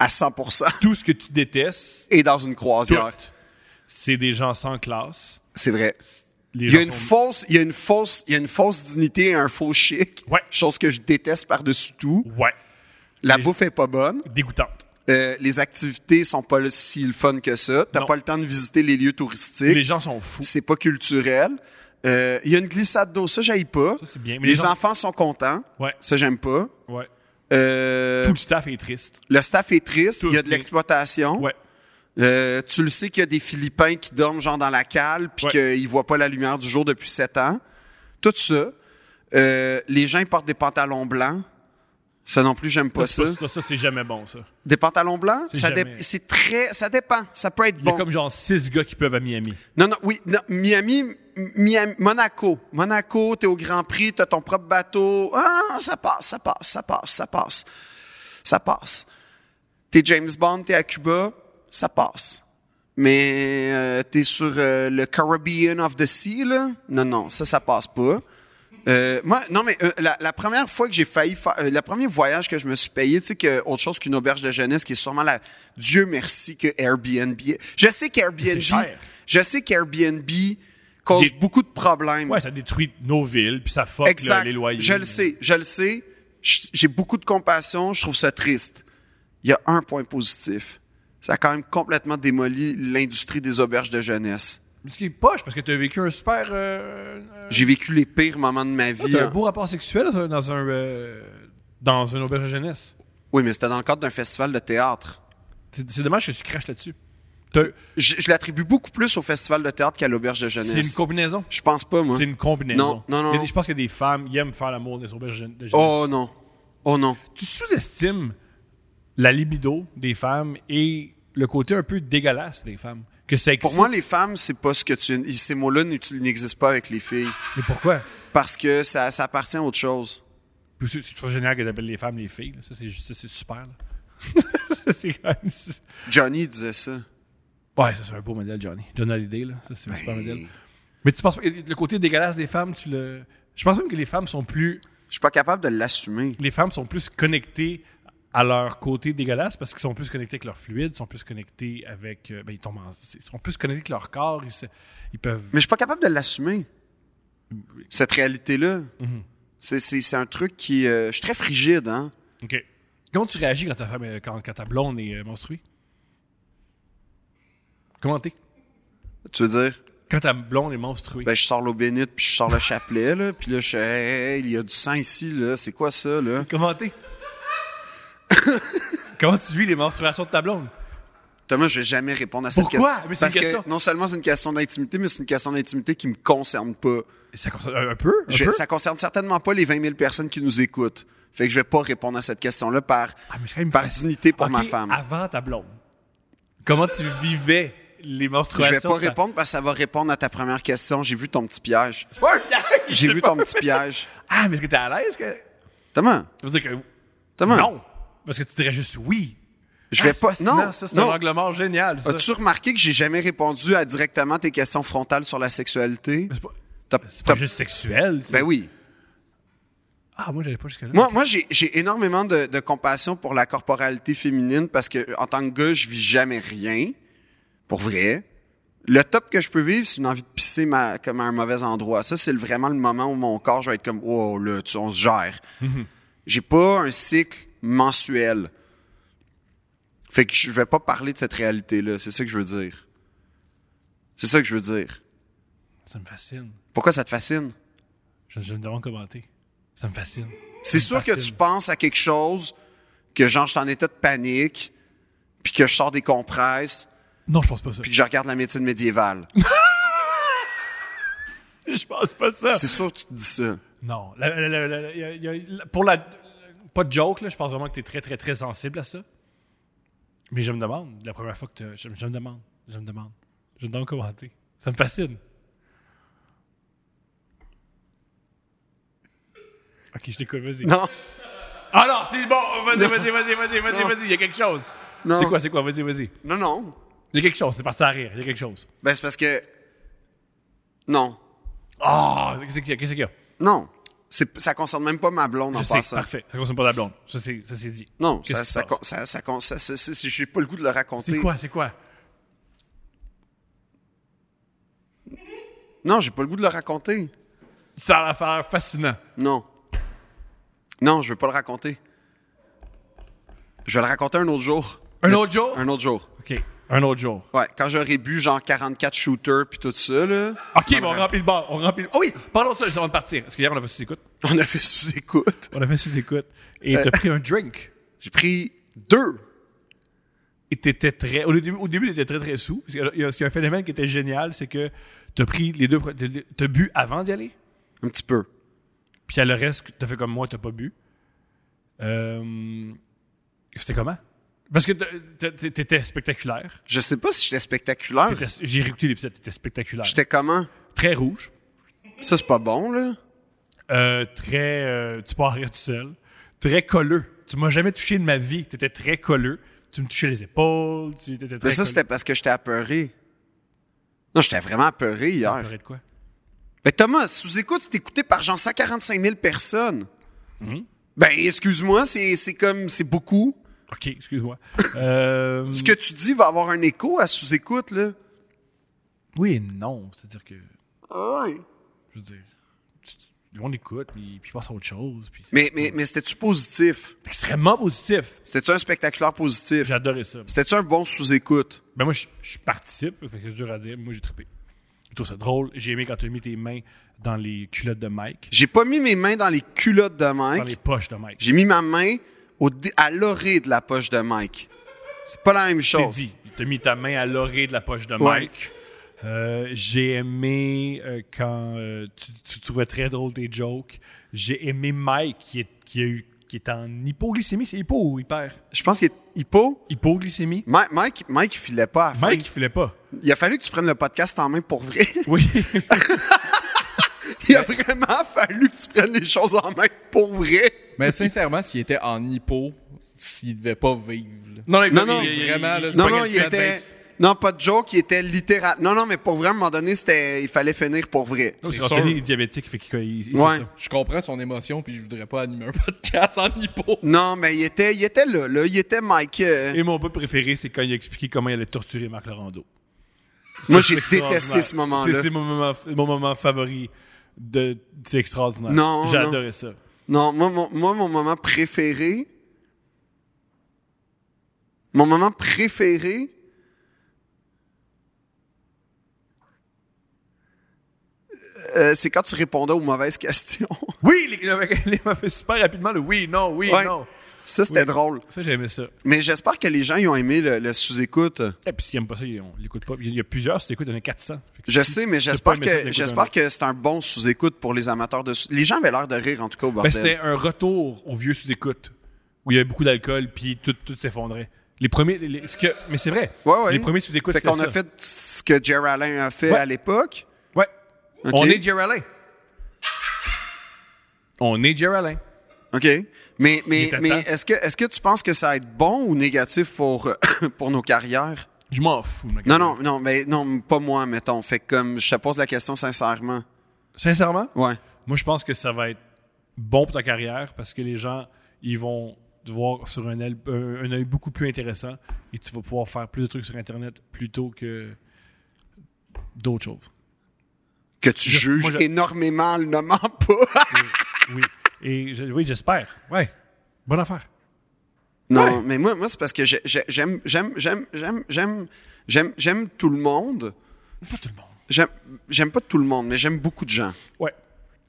Speaker 2: À 100
Speaker 1: tout ce que tu détestes.
Speaker 2: Et dans une
Speaker 1: Tout.
Speaker 2: croisière.
Speaker 1: C'est des gens sans classe.
Speaker 2: C'est vrai.
Speaker 1: Les
Speaker 2: Il y, a
Speaker 1: gens
Speaker 2: une
Speaker 1: sont-
Speaker 2: fausse, il, y a une fausse, il y a une fausse dignité et un faux chic.
Speaker 1: Ouais.
Speaker 2: Chose que je déteste par-dessus tout.
Speaker 1: Ouais.
Speaker 2: La bouffe est pas bonne.
Speaker 1: Dégoûtante.
Speaker 2: Euh, les activités sont pas le- si le fun que ça. T'as
Speaker 1: Non.
Speaker 2: pas le temps de visiter les lieux touristiques.
Speaker 1: Les gens sont fous.
Speaker 2: C'est pas culturel. Euh, Il y a une glissade d'eau, ça j'aille pas.
Speaker 1: Ça, c'est bien. Mais
Speaker 2: les
Speaker 1: les, gens.
Speaker 2: enfants sont contents,
Speaker 1: Ouais.
Speaker 2: ça j'aime pas.
Speaker 1: Ouais.
Speaker 2: Euh,
Speaker 1: Tout le staff est triste.
Speaker 2: le staff est triste,
Speaker 1: Tout
Speaker 2: il y a
Speaker 1: se
Speaker 2: de
Speaker 1: dit.
Speaker 2: l'exploitation.
Speaker 1: Ouais.
Speaker 2: Euh, tu le sais qu'il y a des Philippins qui dorment genre dans la cale puis
Speaker 1: Ouais.
Speaker 2: qu'ils voient pas la lumière du jour depuis sept ans. Tout ça. Euh, les gens ils portent des pantalons blancs. Ça non plus, j'aime pas ça.
Speaker 1: Ça, ça, c'est jamais bon, ça.
Speaker 2: Des pantalons blancs,
Speaker 1: C'est
Speaker 2: ça, dé-
Speaker 1: jamais-
Speaker 2: c'est très, ça dépend. Ça peut être
Speaker 1: Il y a
Speaker 2: bon.
Speaker 1: comme genre six gars qui peuvent à Miami.
Speaker 2: Non, non, oui, non, Miami, M- Miami, Monaco. Monaco, t'es au Grand Prix, t'as ton propre bateau. Ah, ça passe, ça passe, ça passe, ça passe. Ça passe. T'es James Bond, t'es à Cuba, ça passe. Mais euh, t'es sur euh, le Caribbean of the Sea, là? Non, non, ça, ça passe pas. Euh, moi, non, mais euh, la, la première fois que j'ai failli faire, euh, le premier voyage que je me suis payé, tu sais, que autre chose qu'une auberge de jeunesse, qui est sûrement la, Dieu merci que Airbnb, je sais qu'Airbnb,
Speaker 1: C'est cher.
Speaker 2: je sais qu'Airbnb cause
Speaker 1: J'ai-
Speaker 2: beaucoup de problèmes.
Speaker 1: Ouais, ça détruit nos villes, puis ça fuck le-
Speaker 2: exact.
Speaker 1: les loyers.
Speaker 2: Je le sais, je le sais. Je- J'ai beaucoup de compassion, je trouve ça triste. Il y a un point positif. Ça a quand même complètement démoli l'industrie des auberges de jeunesse.
Speaker 1: Ce qui est poche, parce que t'as vécu un super. euh, euh,
Speaker 2: J'ai vécu les pires moments de ma vie.
Speaker 1: t'as un
Speaker 2: hein.
Speaker 1: beau rapport sexuel dans un. Dans, un, euh, dans une auberge de jeunesse.
Speaker 2: Oui, mais c'était dans le cadre d'un festival de théâtre.
Speaker 1: C'est c'est dommage que tu craches là-dessus. T'as-
Speaker 2: Je, je l'attribue beaucoup plus au festival de théâtre qu'à l'auberge de
Speaker 1: C'est une
Speaker 2: jeunesse.
Speaker 1: combinaison.
Speaker 2: Je pense pas, moi.
Speaker 1: C'est une combinaison.
Speaker 2: Non, non, non.
Speaker 1: Il y a des- Je pense que des femmes ils aiment faire l'amour dans les auberges de jeunesse.
Speaker 2: Oh non. Oh non.
Speaker 1: Tu sous-estimes la libido des femmes et le côté un peu dégueulasse des femmes. Que ça
Speaker 2: Pour
Speaker 1: excite.
Speaker 2: moi, les femmes, c'est pas ce que tu. Ces mots-là n'util- n'existent pas avec les filles.
Speaker 1: Mais pourquoi?
Speaker 2: Parce que ça, ça appartient à autre chose.
Speaker 1: Puis aussi, Je trouve génial que t'appelles les femmes les filles. là. Ça, c'est juste- ça, c'est super. là. Ça, c'est quand même-
Speaker 2: Johnny disait ça.
Speaker 1: Ouais, ça, c'est un beau modèle, Johnny. Johnny Hallyday, là. Ça, c'est un
Speaker 2: Ben.
Speaker 1: super modèle. Mais tu penses pas que le côté dégueulasse des femmes, tu le. Je pense même que les femmes sont plus.
Speaker 2: Je suis pas capable de l'assumer.
Speaker 1: les femmes sont plus connectées à leur côté dégueulasse parce qu'ils sont plus connectés avec leur fluide, sont plus connectés avec. euh, ben, ils tombent en- ils sont plus connectés avec leur corps, ils, se- ils peuvent.
Speaker 2: Mais je suis pas capable de l'assumer. Cette réalité-là.
Speaker 1: Mm-hmm.
Speaker 2: C'est- C'est c'est un truc qui. euh, je suis très frigide, hein.
Speaker 1: OK. Comment tu réagis quand ta, femme, est- quand, quand ta blonde est euh, menstruée? Comment t'es?
Speaker 2: Tu veux dire?
Speaker 1: Quand ta blonde est menstruée.
Speaker 2: Ben, je sors l'eau bénite, puis je sors le chapelet, là. Puis là, je suis. Hey, hey, il y a du sang ici, là. C'est quoi ça, là?
Speaker 1: Comment t'es? Comment tu vis les menstruations de ta blonde?
Speaker 2: Thomas, je vais jamais répondre à cette
Speaker 1: Pourquoi?
Speaker 2: question.
Speaker 1: Mais c'est
Speaker 2: Parce
Speaker 1: une question.
Speaker 2: que non seulement c'est une question d'intimité, mais c'est une question d'intimité qui me concerne pas.
Speaker 1: Ça concerne un, un peu? Un
Speaker 2: Je-
Speaker 1: peu?
Speaker 2: ça concerne certainement pas les 20 000 personnes qui nous écoutent. Fait que je vais pas répondre à cette question-là par.
Speaker 1: Ah, mais c'est quand même
Speaker 2: Par
Speaker 1: facile.
Speaker 2: dignité pour
Speaker 1: Ok,
Speaker 2: ma femme.
Speaker 1: Avant ta blonde, comment tu vivais les
Speaker 2: Je
Speaker 1: menstruations?
Speaker 2: vais pas
Speaker 1: de ta-
Speaker 2: répondre parce que ça va répondre à ta première question. J'ai vu ton petit piège.
Speaker 1: C'est pas un piège!
Speaker 2: J'ai
Speaker 1: c'est
Speaker 2: vu
Speaker 1: pas-
Speaker 2: ton petit piège.
Speaker 1: Ah, mais est-ce que t'es à l'aise? Que... Ça
Speaker 2: Thomas,
Speaker 1: veut dire que.
Speaker 2: Thomas.
Speaker 1: Non! Parce que tu dirais juste oui.
Speaker 2: Hmm. Je vais
Speaker 1: Ah, c'est
Speaker 2: pas.
Speaker 1: fascinant,
Speaker 2: Non,
Speaker 1: ça, c'est un
Speaker 2: non.
Speaker 1: angle mort génial. Ça.
Speaker 2: As-tu remarqué que j'ai jamais répondu à directement tes questions frontales sur la sexualité?
Speaker 1: Mais C'est pas,
Speaker 2: T'as-
Speaker 1: c'est pas
Speaker 2: t'as-
Speaker 1: juste sexuel. c'est-
Speaker 2: Ben oui.
Speaker 1: Ah, moi, j'allais pas jusque-là.
Speaker 2: Moi, moi j'ai- j'ai énormément de, de compassion pour la corporalité féminine parce que en tant que gars, je vis jamais rien. Pour vrai. Le top que je peux vivre, c'est une envie de pisser ma- comme à un mauvais endroit. Ça, c'est le- vraiment le moment où mon corps, je vais être comme, wow, là, tu- on se gère. J'ai pas un cycle mensuel. Fait que je vais pas parler de cette réalité-là. C'est ça que je veux dire. C'est ça que je veux dire.
Speaker 1: Ça me fascine.
Speaker 2: Pourquoi ça te fascine?
Speaker 1: Je, je me demande commenter. Ça me fascine.
Speaker 2: C'est
Speaker 1: Ça me
Speaker 2: sûr que tu
Speaker 1: fascine.
Speaker 2: penses à quelque chose, que genre, je suis en état de panique, puis que je sors des compresses,
Speaker 1: Non, je pense pas ça.
Speaker 2: puis que je regarde la médecine médiévale.
Speaker 1: Je pense pas ça.
Speaker 2: C'est sûr que tu te dis ça.
Speaker 1: Non. La- la- la- la- y a- y a- la- pour la. Pas de joke, là, je pense vraiment que tu es très, très, très sensible à ça. Mais je me demande, la première fois que tu. Je, je me demande, je me demande. Je me demande commenter. Ça me fascine. Ok, je t'écoute, vas-y.
Speaker 2: Non,
Speaker 1: Alors, c'est bon, vas-y, vas-y, vas-y, vas-y, vas-y,
Speaker 2: Non.
Speaker 1: vas-y, il y a quelque chose.
Speaker 2: non.
Speaker 1: C'est quoi, c'est quoi, vas-y, vas-y.
Speaker 2: Non, non.
Speaker 1: Il y a quelque chose, c'est parti à rire, il y a quelque chose.
Speaker 2: Ben, c'est parce que. Non.
Speaker 1: Ah, qu'est-ce qu'il y a, qu'est-ce qu'il y a?
Speaker 2: Non. C'est- Ça concerne même pas ma blonde
Speaker 1: Je
Speaker 2: en
Speaker 1: sais,
Speaker 2: passant.
Speaker 1: parfait. Ça concerne pas la blonde. Ça, c'est, ça, c'est dit.
Speaker 2: hein. Non,
Speaker 1: Qu'est-ce
Speaker 2: ça,
Speaker 1: qui se
Speaker 2: ça,
Speaker 1: passe?
Speaker 2: con- ça, ça, con- ça, ça- ça- j'ai pas le goût de le raconter.
Speaker 1: C'est quoi, c'est quoi?
Speaker 2: Non, j'ai pas le goût de le raconter.
Speaker 1: Ça a l'affaire fascinant.
Speaker 2: Non. Non, je veux pas le raconter. Je vais le raconter un autre jour.
Speaker 1: Un autre jour?
Speaker 2: Un autre jour.
Speaker 1: OK, un autre jour.
Speaker 2: Ouais, quand j'aurai bu genre 44 shooters puis tout ça, là.
Speaker 1: OK, bon, on remplit le bar, on remplit le... Ah oui, parlons de ça juste avant de partir. Parce qu'hier, on a fait sous-écoute.
Speaker 2: On a fait sous-écoute.
Speaker 1: On a fait sous-écoute. Et t'as pris un drink.
Speaker 2: J'ai pris deux.
Speaker 1: Et t'étais très... Au début, au début t'étais très, très sous. Parce qu'il y a- il y a- parce qu'il y a un phénomène qui était génial, c'est que t'as pris les deux... pre- t'as- T'as bu avant d'y aller.
Speaker 2: Un petit peu.
Speaker 1: Puis à le reste, t'as fait comme moi, t'as pas bu. Euh, C'était comment? Parce que t'as- t'as- t'étais spectaculaire.
Speaker 2: Je sais pas si j'étais spectaculaire.
Speaker 1: T'étais- J'ai réécouté l'épisode, t'étais spectaculaire.
Speaker 2: J'étais comment?
Speaker 1: Très rouge.
Speaker 2: Ça, c'est pas bon, là.
Speaker 1: Euh, très. euh, tu pars rire tout seul. Très colleux. Tu m'as jamais touché de ma vie. Tu étais très colleux. Tu me touchais les épaules. Tu étais très.
Speaker 2: Mais ça,
Speaker 1: colleux.
Speaker 2: c'était parce que j'étais apeuré. Non, j'étais vraiment apeuré hier.
Speaker 1: T'as peur de quoi?
Speaker 2: Mais Thomas, sous-écoute, c'est écouté par genre 145 000 personnes.
Speaker 1: Mhm.
Speaker 2: Ben, excuse-moi, c'est c'est comme, c'est beaucoup.
Speaker 1: Ok, excuse-moi. Euh,
Speaker 2: Ce que tu dis va avoir un écho à sous-écoute, là.
Speaker 1: Oui et non. C'est-à-dire que.
Speaker 2: Ouais.
Speaker 1: Je veux dire. tu- tu- On écoute, puis, puis il passe à autre chose. Puis c'est
Speaker 2: Mais, mais, mais c'était-tu positif?
Speaker 1: extrêmement positif.
Speaker 2: C'était-tu un spectaculaire positif?
Speaker 1: J'ai adoré ça.
Speaker 2: C'était-tu un bon sous-écoute?
Speaker 1: Ben moi, je, je participe, fait que c'est dur à dire. mais Moi, j'ai trippé. Je trouve ça drôle. J'ai aimé quand tu as mis tes mains dans les culottes de Mike,
Speaker 2: J'ai pas mis mes mains dans les culottes de
Speaker 1: dans
Speaker 2: Mike.
Speaker 1: les poches de Mike.
Speaker 2: J'ai mis ma main au dé- à l'orée de la poche de Mike. C'est pas la même
Speaker 1: t'ai
Speaker 2: chose.
Speaker 1: dit. T'as mis ta main à l'orée de la poche de
Speaker 2: Ouais.
Speaker 1: Mike. Euh, j'ai aimé euh, quand euh, tu, tu trouvais très drôle tes jokes. J'ai aimé Mike qui est, qui a eu, qui est en hypoglycémie. C'est hypo ou hyper?
Speaker 2: Je pense qu'il est hypo.
Speaker 1: Hypoglycémie?
Speaker 2: Mike, Mike, Mike, il filait pas à la fin.
Speaker 1: Mike, il filait pas.
Speaker 2: Il a fallu que tu prennes le podcast en main pour vrai.
Speaker 1: Oui.
Speaker 2: Il a vraiment fallu que tu prennes les choses en main pour vrai.
Speaker 3: Mais sincèrement, s'il était en hypo, s'il devait pas vivre. là.
Speaker 1: non,
Speaker 2: Non, non,
Speaker 3: vraiment, là,
Speaker 2: Non,
Speaker 3: pas
Speaker 2: non,
Speaker 3: quel
Speaker 2: il était. Non, pas de joke, il était littéral. Non, non, mais pour vrai, à un moment donné, c'était. Il fallait finir pour vrai.
Speaker 1: C'est
Speaker 3: c'est
Speaker 1: Anthony
Speaker 3: sûr.
Speaker 1: est diabétique, fait qu'il il- il- c'est
Speaker 2: Ouais.
Speaker 1: ça.
Speaker 3: Je comprends son émotion, puis je voudrais pas animer un podcast en hypo.
Speaker 2: Non, mais il était, il était là, là. Il était Mike. euh,
Speaker 1: Et mon peu préféré, c'est quand il a expliqué comment il allait torturer Marc Laurando.
Speaker 2: Moi,
Speaker 1: Ça,
Speaker 2: j'ai
Speaker 1: c'est extraordinaire.
Speaker 2: détesté ce moment-là.
Speaker 1: C'est- C'est mon moment, mon moment favori. de- C'est extraordinaire.
Speaker 2: Non,
Speaker 1: J'ai
Speaker 2: non.
Speaker 1: adoré ça.
Speaker 2: Non, moi mon, moi, mon moment préféré. Mon moment préféré. euh, c'est quand tu répondais aux mauvaises questions.
Speaker 1: Oui, les- le- il m'a fait super rapidement le oui, non, oui,
Speaker 2: Ouais.
Speaker 1: non.
Speaker 2: Ça, c'était
Speaker 1: Oui.
Speaker 2: drôle.
Speaker 1: Ça, j'aimais ça.
Speaker 2: Mais j'espère que les gens ils ont aimé le, le sous-écoute.
Speaker 1: Et puis, s'ils n'aiment pas ça, ils- on l'écoute pas. Il y a plusieurs, si t'écoutes, il y en a 400. Fait que
Speaker 2: Je
Speaker 1: si-
Speaker 2: sais, mais
Speaker 1: t'as
Speaker 2: j'espère
Speaker 1: pas aimé ça,
Speaker 2: que
Speaker 1: t'écoutes un
Speaker 2: j'espère
Speaker 1: autre.
Speaker 2: que c'est un bon sous-écoute pour les amateurs de. sous- Les gens avaient l'air de rire en tout cas au
Speaker 1: Ben,
Speaker 2: bordel.
Speaker 1: C'était un retour au vieux sous-écoute où il y avait beaucoup d'alcool, puis tout, tout s'effondrait. Les premiers. les- les- ce que, mais c'est vrai.
Speaker 2: Ouais, ouais.
Speaker 1: Les premiers sous-écoutes,
Speaker 2: fait
Speaker 1: c'est
Speaker 2: qu'on
Speaker 1: ça.
Speaker 2: a fait ce que Jerry Allen a fait
Speaker 1: Ouais.
Speaker 2: à l'époque.
Speaker 1: Ouais.
Speaker 2: Ok.
Speaker 1: On est Jerry Allen. On est Jerry Allen.
Speaker 2: OK. Mais, mais,
Speaker 1: était
Speaker 2: mais
Speaker 1: temps.
Speaker 2: est-ce que, est que tu penses que ça va être bon ou négatif pour, pour nos carrières?
Speaker 1: Je m'en fous, ma
Speaker 2: Non,
Speaker 1: gueule.
Speaker 2: non, non, mais non, pas moi, mettons. Fait que comme je te pose la question sincèrement.
Speaker 1: Sincèrement,
Speaker 2: Ouais.
Speaker 1: moi, je pense que ça va être bon pour ta carrière parce que les gens, ils vont te voir sur un, aile- euh, un- un œil beaucoup plus intéressant et tu vas pouvoir faire plus de trucs sur Internet plutôt que d'autres choses.
Speaker 2: Que tu
Speaker 1: Je-
Speaker 2: juges
Speaker 1: moi, je-
Speaker 2: énormément en le nommant pas.
Speaker 1: Oui. Et je- oui, j'espère. Ouais. Bonne affaire.
Speaker 2: non, mais moi, moi c'est parce que j'ai- j'ai- j'aime, j'aime, j'aime, j'aime, j'aime, j'aime, j'aime tout le monde.
Speaker 1: Pas tout le monde.
Speaker 2: J'aime, j'aime pas tout le monde, mais j'aime beaucoup de gens
Speaker 1: Ouais.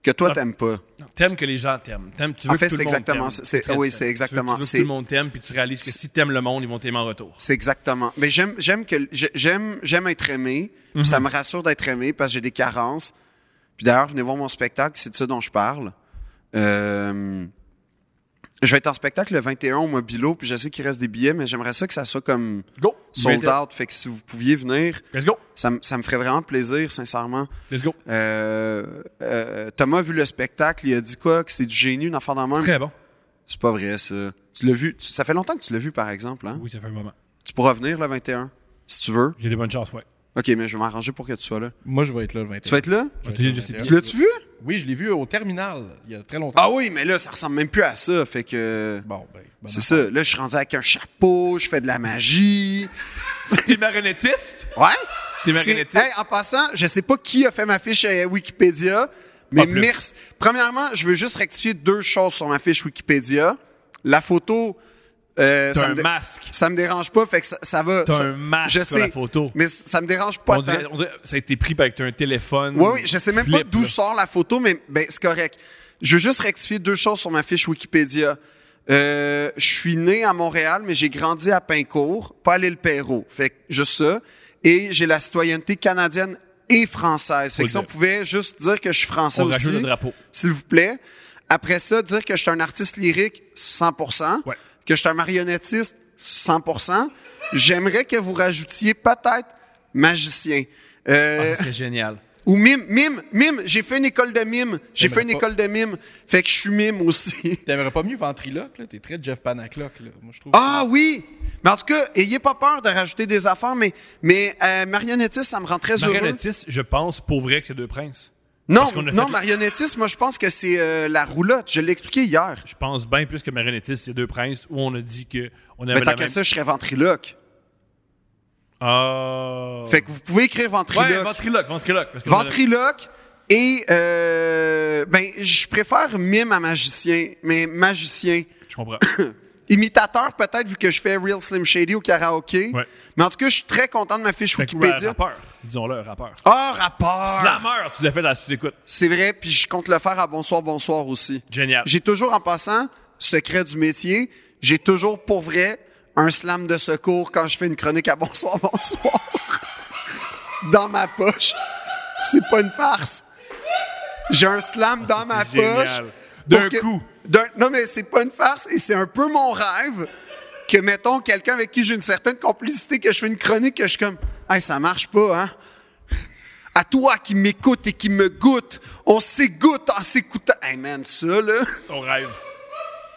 Speaker 2: que toi,
Speaker 1: Ah.
Speaker 2: t'aimes pas.
Speaker 1: Non, T'aimes que les gens t'aiment. T'aimes- tu veux
Speaker 2: En fait,
Speaker 1: que tout le
Speaker 2: c'est
Speaker 1: monde
Speaker 2: exactement
Speaker 1: t'aime.
Speaker 2: ça. C'est-
Speaker 1: très
Speaker 2: oui,
Speaker 1: simple.
Speaker 2: c'est exactement-
Speaker 1: Tu veux, tu veux que
Speaker 2: c'est-
Speaker 1: tout le monde t'aime, puis tu réalises que si t'aimes le monde, ils vont t'aimer en retour.
Speaker 2: C'est exactement. Mais j'aime, j'aime que j'ai- j'aime, j'aime être aimé. puis
Speaker 1: Mhm.
Speaker 2: Ça me rassure d'être aimé parce que j'ai des carences. Puis d'ailleurs, venez voir mon spectacle, c'est de ça dont je parle. Euh, Je vais être en spectacle le 21 au Mobilo, puis je sais qu'il reste des billets, mais j'aimerais ça que ça soit comme
Speaker 1: Go!
Speaker 2: sold out. Fait que si vous pouviez venir,
Speaker 1: Let's go!
Speaker 2: ça, me- ça me ferait vraiment plaisir, sincèrement.
Speaker 1: Let's go!
Speaker 2: Euh, euh, Thomas a vu le spectacle, il a dit quoi? Que c'est du génie, une affaire dans le même.
Speaker 1: Très bon.
Speaker 2: C'est pas vrai, ça. Tu l'as vu. tu- ça fait longtemps que tu l'as vu, par exemple. Hein?
Speaker 1: Oui, ça fait un moment.
Speaker 2: Tu pourras venir le 21, si tu veux.
Speaker 1: J'ai des bonnes chances, ouais.
Speaker 2: OK, mais je vais m'arranger pour que tu sois là.
Speaker 3: Moi, je vais être là le 21.
Speaker 2: Tu vas être là?
Speaker 1: Je vais te
Speaker 3: Ouais,
Speaker 1: dire juste
Speaker 3: ouais,
Speaker 1: les
Speaker 2: Tu l'as-tu vu?
Speaker 3: Oui, je l'ai vu au terminal il y a très longtemps.
Speaker 2: Ah oui, mais là, ça ressemble même plus à ça. Fait que.
Speaker 3: Bon, ben. bonne
Speaker 2: Ah! C'est ça. Là, je suis rendu avec un chapeau, je fais de la magie.
Speaker 1: T'es marionnettiste?
Speaker 2: Ouais?
Speaker 1: T'es
Speaker 2: C'est-
Speaker 1: marionnettiste?
Speaker 2: Hey, en passant, je sais pas qui a fait ma fiche à Wikipédia, mais
Speaker 1: Pas plus.
Speaker 2: merci. Premièrement, je veux juste rectifier deux choses sur ma fiche Wikipédia. La photo, euh,
Speaker 1: T'as
Speaker 2: ça,
Speaker 1: un
Speaker 2: me dé-
Speaker 1: masque.
Speaker 2: ça me dérange pas, fait que ça, ça va.
Speaker 1: T'as
Speaker 2: ça-
Speaker 1: un masque
Speaker 2: je
Speaker 1: sur
Speaker 2: sais,
Speaker 1: la photo.
Speaker 2: Mais c- ça me dérange pas
Speaker 1: On
Speaker 2: tant.
Speaker 1: dirait, on dirait- ça a été pris par avec un téléphone.
Speaker 2: Oui, oui, je sais même pas
Speaker 1: flip,
Speaker 2: d'où
Speaker 1: là.
Speaker 2: sort la photo, mais ben, c'est correct. Je veux juste rectifier deux choses sur ma fiche Wikipédia. Euh, je suis né à Montréal, mais j'ai grandi à Pincourt, pas à l'île Perrot. Fait que juste ça. Et j'ai la citoyenneté canadienne et française. Fait
Speaker 1: Faut
Speaker 2: que si
Speaker 1: le
Speaker 2: on
Speaker 1: dire.
Speaker 2: pouvait juste dire que je suis français
Speaker 1: On rajoute le
Speaker 2: aussi,
Speaker 1: drapeau.
Speaker 2: s'il vous plaît. Après ça, dire que je suis un artiste lyrique, 100%.
Speaker 1: Ouais.
Speaker 2: Que je suis un marionnettiste, 100%. J'aimerais que vous rajoutiez peut-être magicien.
Speaker 1: Ah,
Speaker 2: Euh,
Speaker 1: ça serait génial.
Speaker 2: ou mime, mime, mime. J'ai fait une école de mime. J'ai fait
Speaker 3: T'aimerais
Speaker 2: une
Speaker 3: pas.
Speaker 2: école de mime. Fait que je suis mime aussi.
Speaker 3: T'aimerais pas mieux ventriloque, là? T'es très Jeff Panaclock, là. Moi, je trouve.
Speaker 2: Ah oui! Mais en tout cas, ayez pas peur de rajouter des affaires, mais, mais euh, marionnettiste, ça me rend très heureux.
Speaker 1: Marionnettiste, je pense pour vrai que c'est deux princes.
Speaker 2: Non,
Speaker 1: parce qu'on a
Speaker 2: non,
Speaker 1: fait-
Speaker 2: marionnettiste, moi je pense que c'est euh, la roulotte. Je l'ai expliqué hier.
Speaker 1: Je pense bien plus que marionnettiste, c'est deux princes où on a dit que on avait
Speaker 2: Mais tant
Speaker 1: la
Speaker 2: qu'à
Speaker 1: même.
Speaker 2: ça, je serais ventriloque.
Speaker 1: Ah.
Speaker 2: Fait que vous pouvez écrire ventriloque.
Speaker 1: Ouais, ventriloque, ventriloque. Parce qu'on a-
Speaker 2: Ventriloque et euh, ben je préfère mime à magicien, mais magicien.
Speaker 1: Je comprends.
Speaker 2: Imitateur, peut-être, vu que je fais Real Slim Shady au karaoké.
Speaker 1: Ouais.
Speaker 2: Mais en tout cas, je suis très content de ma fiche
Speaker 1: Fait que ouais,
Speaker 2: Wikipédia.
Speaker 1: rappeur, disons-le, rappeur.
Speaker 2: Ah, rapport!
Speaker 1: Slammer, tu l'as fait dans la sous-écoute.
Speaker 2: C'est vrai, puis je compte le faire à Bonsoir, Bonsoir aussi.
Speaker 1: Génial.
Speaker 2: J'ai toujours, en passant, secret du métier, j'ai toujours, pour vrai, un slam de secours quand je fais une chronique à Bonsoir, Bonsoir. dans ma poche. C'est pas une farce. J'ai un slam dans ma
Speaker 1: Ah, c'est génial.
Speaker 2: poche.
Speaker 1: D'un
Speaker 2: Pour que-
Speaker 1: coup.
Speaker 2: d'un- Non, mais c'est pas une farce et c'est un peu mon rêve que, mettons, quelqu'un avec qui j'ai une certaine complicité, que je fais une chronique, que je suis comme, hey, ça marche pas, hein? À toi qui m'écoutes et qui me goûte, on s'égoutte en s'écoutant. Hey man, ça, là,
Speaker 1: Ton rêve.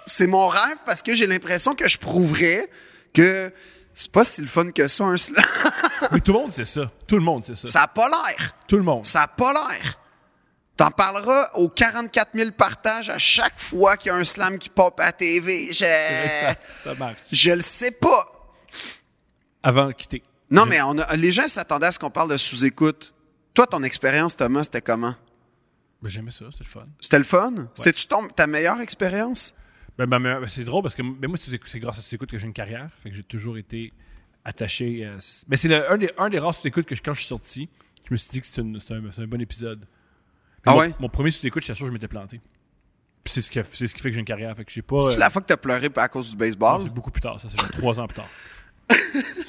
Speaker 2: c'est mon rêve parce que j'ai l'impression que je prouverais que c'est pas si le fun que ça, un slam.
Speaker 1: Mais tout le monde sait ça. Tout le monde sait ça.
Speaker 2: Ça a pas l'air.
Speaker 1: Tout le monde.
Speaker 2: Ça a pas l'air. T'en parleras aux 44 000 partages à chaque fois qu'il y a un slam qui pop à TV. Je,
Speaker 1: Ça, ça marche.
Speaker 2: je le sais pas.
Speaker 1: Avant de quitter.
Speaker 2: Non, mais on a- les gens s'attendaient à ce qu'on parle de sous-écoute. Toi, ton expérience, Thomas, c'était comment?
Speaker 1: Ben, J'aimais ça, c'était le fun.
Speaker 2: C'était le fun? C'était-tu ton- ta meilleure expérience?
Speaker 1: Ben, ben, ben, c'est drôle parce que ben, moi, c'est c'est grâce à Sous-Écoute que j'ai une carrière. Fait que j'ai toujours été attaché. à ce- Mais c'est le- un des, un des rares Sous-Écoute que je- quand je suis sorti, je me suis dit que c'est une- c'est un, c'est un bon épisode. Mais
Speaker 2: Ah
Speaker 1: mon,
Speaker 2: ouais?
Speaker 1: Mon premier Sous-Écoute, j'étais sûr que je m'étais planté. Puis c'est ce, que- c'est ce qui fait que j'ai une carrière. Fait que j'ai pas.
Speaker 2: C'est
Speaker 1: euh,
Speaker 2: la fois que t'as pleuré à cause du baseball?
Speaker 1: C'est beaucoup plus tard, ça, c'est genre trois ans plus tard.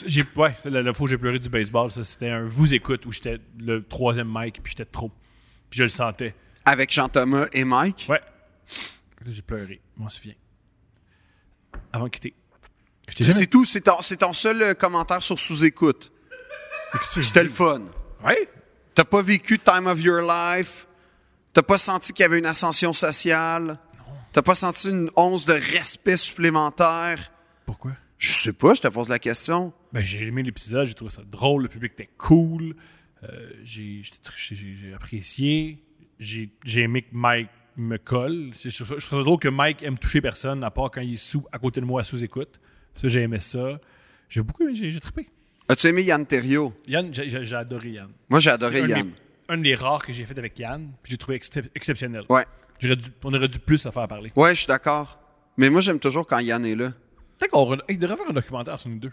Speaker 1: J'ai, ouais, c'est la, la fois où j'ai pleuré du baseball, ça, c'était un vous écoute où j'étais le troisième mic puis j'étais trop. Puis je le sentais.
Speaker 2: Avec Jean-Thomas et Mike?
Speaker 1: Ouais. Là, j'ai pleuré, je m'en souviens. Avant de quitter. Je t'ai jamais
Speaker 2: C'est tout. C'est ton, c'est ton seul euh, commentaire sur sous-écoute. C'était le fun.
Speaker 1: Ouais.
Speaker 2: T'as pas vécu Time of Your Life. T'as pas senti qu'il y avait une ascension sociale. T'as pas senti une once de respect supplémentaire.
Speaker 1: Pourquoi?
Speaker 2: Je sais pas, je te pose la question.
Speaker 1: Ben, j'ai aimé l'épisode, j'ai trouvé ça drôle, le public était cool, euh, j'ai, j'étais tr- j'ai- j'ai- j'ai apprécié, j'ai, j'ai aimé que Mike me colle. C'est- Je trouve, ça, je trouve ça drôle que Mike aime toucher personne, à part quand il est sous, à côté de moi, à sous-écoute. Ça, j'ai aimé ça. J'ai beaucoup aimé, j'ai, j'ai trippé.
Speaker 2: As-tu aimé Yann Terriot?
Speaker 1: Yann, j'ai, j'ai- j'ai adoré Yann.
Speaker 2: Moi, j'ai
Speaker 1: C'est
Speaker 2: adoré
Speaker 1: un des-
Speaker 2: Yann.
Speaker 1: Un des rares que j'ai fait avec Yann, puis j'ai trouvé excep- exceptionnel.
Speaker 2: Ouais.
Speaker 1: J'aurais dû- on aurait dû plus la faire parler.
Speaker 2: Ouais, je suis d'accord. Mais moi, j'aime toujours quand Yann est là.
Speaker 1: Peut-être qu'on re- hey, il devrait faire un documentaire sur nous deux.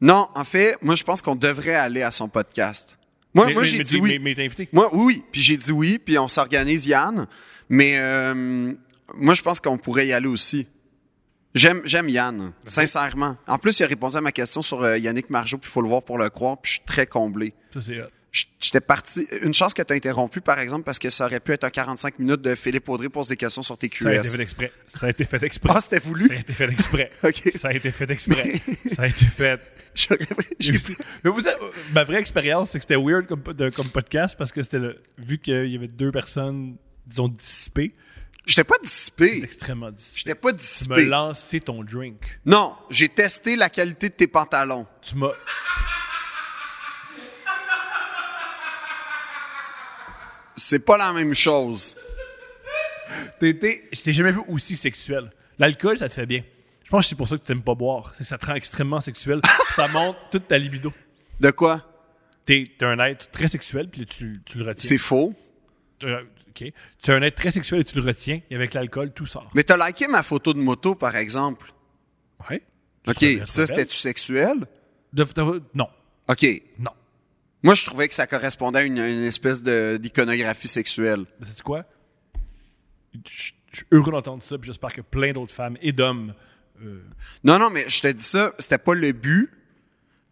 Speaker 2: Non, en fait, moi, je pense qu'on devrait aller à son podcast. Moi,
Speaker 1: Mais-
Speaker 2: moi
Speaker 1: mais-
Speaker 2: j'ai
Speaker 1: mais-
Speaker 2: dit
Speaker 1: mais-
Speaker 2: oui.
Speaker 1: Mais, mais t'es invité.
Speaker 2: Moi, oui, oui. Puis j'ai dit oui, puis on s'organise, Yann. Mais euh, moi, je pense qu'on pourrait y aller aussi. J'aime, j'aime Yann, sincèrement. En plus, il a répondu à ma question sur euh, Yannick Margeau, puis il faut le voir pour le croire, puis je suis très comblé.
Speaker 1: Ça, c'est hot.
Speaker 2: J'étais parti. Une chance que tu as interrompu, par exemple, parce que ça aurait pu être un 45 minutes de Philippe Audrey pose des questions sur tes QS.
Speaker 1: Ça a été fait exprès. Ça a été fait exprès.
Speaker 2: Ah, c'était voulu?
Speaker 1: Ça a été fait exprès.
Speaker 2: OK.
Speaker 1: Ça a été fait exprès. Ça a été fait.
Speaker 2: J'aurais- j'ai-
Speaker 1: Mais vous savez, euh, ma vraie expérience, c'est que c'était weird comme, de- comme podcast parce que c'était le- vu qu'il y avait deux personnes, disons, dissipées,
Speaker 2: J'étais pas dissipé.
Speaker 1: c'était extrêmement dissipé.
Speaker 2: J'étais pas
Speaker 1: Tu m'as
Speaker 2: dissipé.
Speaker 1: lancé ton drink.
Speaker 2: Non, j'ai testé la qualité de tes pantalons.
Speaker 1: Tu m'as.
Speaker 2: C'est pas la même chose.
Speaker 1: T'étais. Je t'ai jamais vu aussi sexuel. L'alcool, ça te fait bien. Je pense que c'est pour ça que tu t'aimes pas boire. C'est que ça te rend extrêmement sexuel. ça monte toute ta libido.
Speaker 2: De quoi?
Speaker 1: T'es t'es un être très sexuel, puis tu, tu le retiens.
Speaker 2: C'est faux.
Speaker 1: Euh, OK. Tu es un être très sexuel et tu le retiens. Et avec l'alcool, tout sort.
Speaker 2: Mais t'as liké ma photo de moto, par exemple.
Speaker 1: Ouais.
Speaker 2: OK,
Speaker 1: trouvais ça
Speaker 2: ça,
Speaker 1: belle?
Speaker 2: c'était-tu sexuel?
Speaker 1: De- de- non.
Speaker 2: OK.
Speaker 1: Non.
Speaker 2: Moi, je trouvais que ça correspondait à une, une espèce de- d'iconographie sexuelle.
Speaker 1: Mais sais-tu Ben, quoi? Je je suis heureux d'entendre ça, puis j'espère que plein d'autres femmes et d'hommes. euh,
Speaker 2: Non, non, mais je te dis ça, c'était pas le but,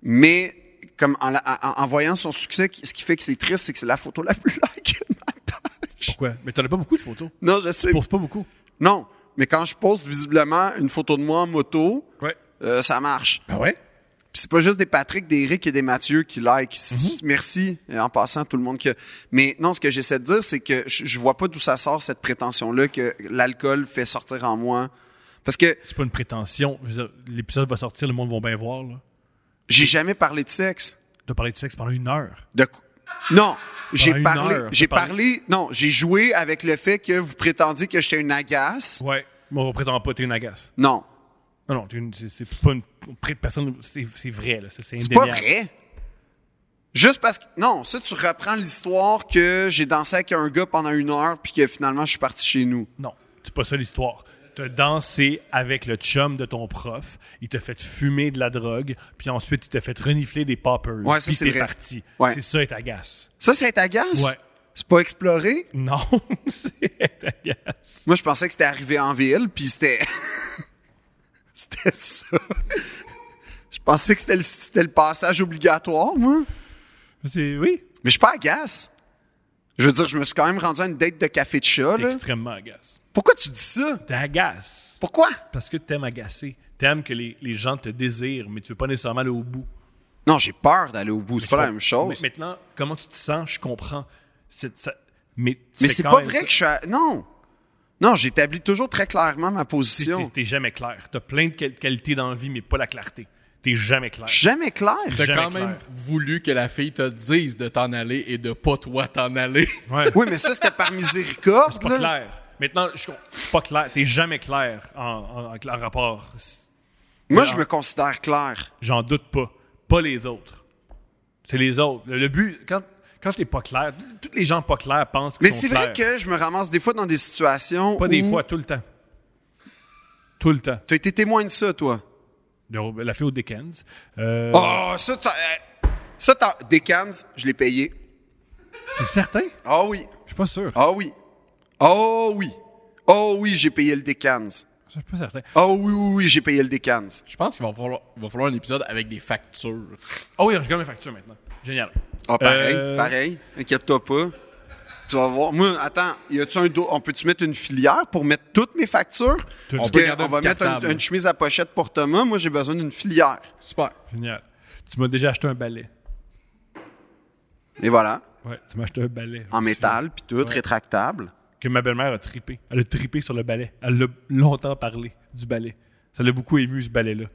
Speaker 2: mais comme en, la- en- en voyant son succès, qui- ce qui fait que c'est triste, c'est que c'est la photo la plus likée de ma page.
Speaker 1: pourquoi? Mais t'en as pas beaucoup de photos.
Speaker 2: Non, je sais.
Speaker 1: Tu poses pas beaucoup.
Speaker 2: Non, mais quand je poste visiblement une photo de moi en moto,
Speaker 1: Ouais.
Speaker 2: euh, ça marche.
Speaker 1: Ben ouais?
Speaker 2: Puis c'est pas juste des Patrick, des Eric et des Mathieu qui like.
Speaker 1: Mhm.
Speaker 2: S- Merci euh, en passant à tout le monde que. Mais non, ce que j'essaie de dire, c'est que je, je vois pas d'où ça sort cette prétention là que l'alcool fait sortir en moi. Parce que
Speaker 1: C'est pas une prétention. Je veux dire, L'épisode va sortir, le monde va bien voir. Là.
Speaker 2: j'ai jamais parlé de sexe.
Speaker 1: De parler de sexe pendant une heure.
Speaker 2: De cou- non, j'ai
Speaker 1: une
Speaker 2: parlé.
Speaker 1: heure,
Speaker 2: J'ai
Speaker 1: t'as parlé-
Speaker 2: parlé. Non, j'ai joué avec le fait que vous prétendiez que j'étais une agace.
Speaker 1: Ouais. Mais on prétend pas, t'es une agace.
Speaker 2: Non,
Speaker 1: Non, non, t'es une- c'est- c'est pas une pré- personne. C'est c'est vrai, là. C'est c'est
Speaker 2: c'est pas
Speaker 1: indéniable.
Speaker 2: vrai. Juste parce que non, ça tu reprends l'histoire que j'ai dansé avec un gars pendant une heure puis que finalement je suis parti chez nous.
Speaker 1: Non, c'est pas ça l'histoire. T'as dansé avec le chum de ton prof, il t'a fait fumer de la drogue, puis ensuite il t'a fait renifler des poppers,
Speaker 2: Ouais, ça,
Speaker 1: puis
Speaker 2: c'est
Speaker 1: t'es
Speaker 2: vrai.
Speaker 1: parti.
Speaker 2: Ouais.
Speaker 1: C'est ça, et t'agace.
Speaker 2: Ça c'est être agace.
Speaker 1: Ouais.
Speaker 2: C'est pas exploré.
Speaker 1: Non, c'est être agace.
Speaker 2: Moi je pensais que c'était arrivé en ville puis c'était c'était ça. Je pensais que c'était le, c'était le passage obligatoire moi.
Speaker 1: C'est, oui,
Speaker 2: Mais je suis pas agace. Je veux dire, je me suis quand même rendu à une date de café de chat.
Speaker 1: t'es
Speaker 2: là.
Speaker 1: extrêmement agace.
Speaker 2: Pourquoi tu dis ça?
Speaker 1: T'agaces
Speaker 2: Pourquoi?
Speaker 1: parce que t'aimes agacer. T'aimes que les, les gens te désirent, mais tu veux pas nécessairement aller au bout.
Speaker 2: Non, j'ai peur d'aller au bout. C'est pas la même chose.
Speaker 1: Mais maintenant, comment tu te sens, je comprends. C'est- ça- mais
Speaker 2: Mais c'est pas vrai que je suis. à- Non! Non, j'établis toujours très clairement ma
Speaker 1: t'es,
Speaker 2: position.
Speaker 1: t'es- t'es jamais clair. T'as plein de qual- qualités dans la vie, mais pas la clarté. T'es jamais clair.
Speaker 2: Je suis jamais clair.
Speaker 3: T'as
Speaker 1: Jamais
Speaker 3: quand même
Speaker 1: clair.
Speaker 3: voulu que la fille te dise de t'en aller et de pas toi t'en aller.
Speaker 1: Ouais.
Speaker 2: Oui, mais ça, c'était par
Speaker 1: C'est
Speaker 2: miséricorde.
Speaker 1: pas
Speaker 2: là.
Speaker 1: clair. Maintenant, je suis pas clair. T'es jamais clair en, en- en- en rapport. C'est-
Speaker 2: Moi,
Speaker 1: Non.
Speaker 2: je me considère clair.
Speaker 1: J'en doute pas. Pas les autres. C'est les autres. Le, le but, quand, quand t'es pas clair, tous les gens pas clairs pensent qu'ils
Speaker 2: Mais
Speaker 1: sont
Speaker 2: c'est
Speaker 1: clairs.
Speaker 2: vrai que je me ramasse des fois dans des situations.
Speaker 1: Pas des
Speaker 2: où-
Speaker 1: fois, tout le temps. Tout le temps.
Speaker 2: T'as été témoin de ça, toi.
Speaker 1: Le- La fille au Dickens. Euh,
Speaker 2: Oh, ça, t'as. euh, Ça, t'as. Des cans, je l'ai payé.
Speaker 1: T'es certain?
Speaker 2: Ah oui.
Speaker 1: Je suis pas sûr.
Speaker 2: Ah oui. Ah oui. Ah oui, j'ai payé le décans.
Speaker 1: Je suis pas certain.
Speaker 2: Ah oui, oui, oui, j'ai payé le décans.
Speaker 3: Je pense qu'il va falloir, il va falloir un épisode avec des factures.
Speaker 1: Oh oui, je gagne mes factures maintenant. Génial.
Speaker 2: Ah, pareil,
Speaker 1: Euh,
Speaker 2: pareil. Inquiète-toi pas. Tu vas voir. Moi, attends, y a-tu un dos? On peut-tu mettre une filière pour mettre toutes mes factures?
Speaker 1: Tout.
Speaker 2: Parce
Speaker 3: On peut
Speaker 2: que
Speaker 3: garder
Speaker 2: on
Speaker 3: un
Speaker 2: va
Speaker 3: petit
Speaker 2: mettre une,
Speaker 3: cartable.
Speaker 2: une chemise à pochette pour Thomas. Moi, j'ai besoin d'une filière.
Speaker 3: Super.
Speaker 1: Génial. Tu m'as déjà acheté un balai.
Speaker 2: Et voilà.
Speaker 1: Ouais, tu m'as acheté un balai.
Speaker 2: En métal, puis tout, rétractable.
Speaker 1: que ma belle-mère a tripé. Elle a tripé sur le ballet. Elle l'a longtemps parlé du ballet. Ça l'a beaucoup ému, ce ballet-là.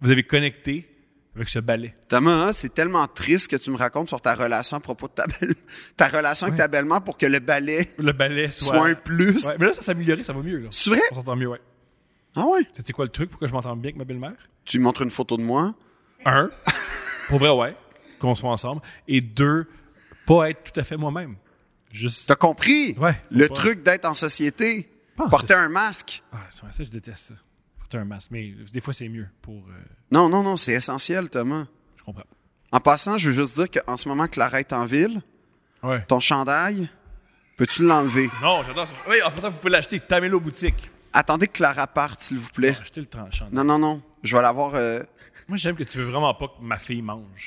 Speaker 1: Vous avez connecté avec ce ballet.
Speaker 2: Thomas, hein, c'est tellement triste que tu me racontes sur ta relation à propos de ta belle... ta relation avec ta belle-mère pour que le ballet
Speaker 1: Le ballet soit.
Speaker 2: soit un plus.
Speaker 1: Ouais, mais là, ça s'est amélioré, ça va mieux. Là.
Speaker 2: C'est vrai?
Speaker 1: On s'entend mieux, ouais.
Speaker 2: Ah ouais?
Speaker 1: C'était quoi le truc pour que je m'entende bien avec ma belle-mère?
Speaker 2: Tu lui montres une photo de moi?
Speaker 1: Un, pour vrai, ouais, qu'on soit ensemble. Et deux, pas être tout à fait moi-même. Juste.
Speaker 2: T'as compris?
Speaker 1: Ouais, Ah, faut
Speaker 2: Le
Speaker 1: pas-
Speaker 2: truc d'être en société.
Speaker 1: Pense-
Speaker 2: Porter un masque.
Speaker 1: Ah, ça, ça, je déteste ça. Porter un masque. Mais des fois, c'est mieux pour. euh,
Speaker 2: Non, non, non, c'est essentiel, Thomas.
Speaker 1: je comprends.
Speaker 2: En passant, je veux juste dire qu'en ce moment, Clara est en ville.
Speaker 1: Ouais.
Speaker 2: Ton chandail, peux-tu l'enlever?
Speaker 1: Non, j'adore ça. Oui, en passant, vous pouvez l'acheter. Tamelo boutique.
Speaker 2: Attendez que Clara parte, s'il vous plaît.
Speaker 1: Achetez le tranchant.
Speaker 2: Non, non, non. Je vais l'avoir. euh,
Speaker 1: Moi, j'aime que tu veux vraiment pas que ma fille mange.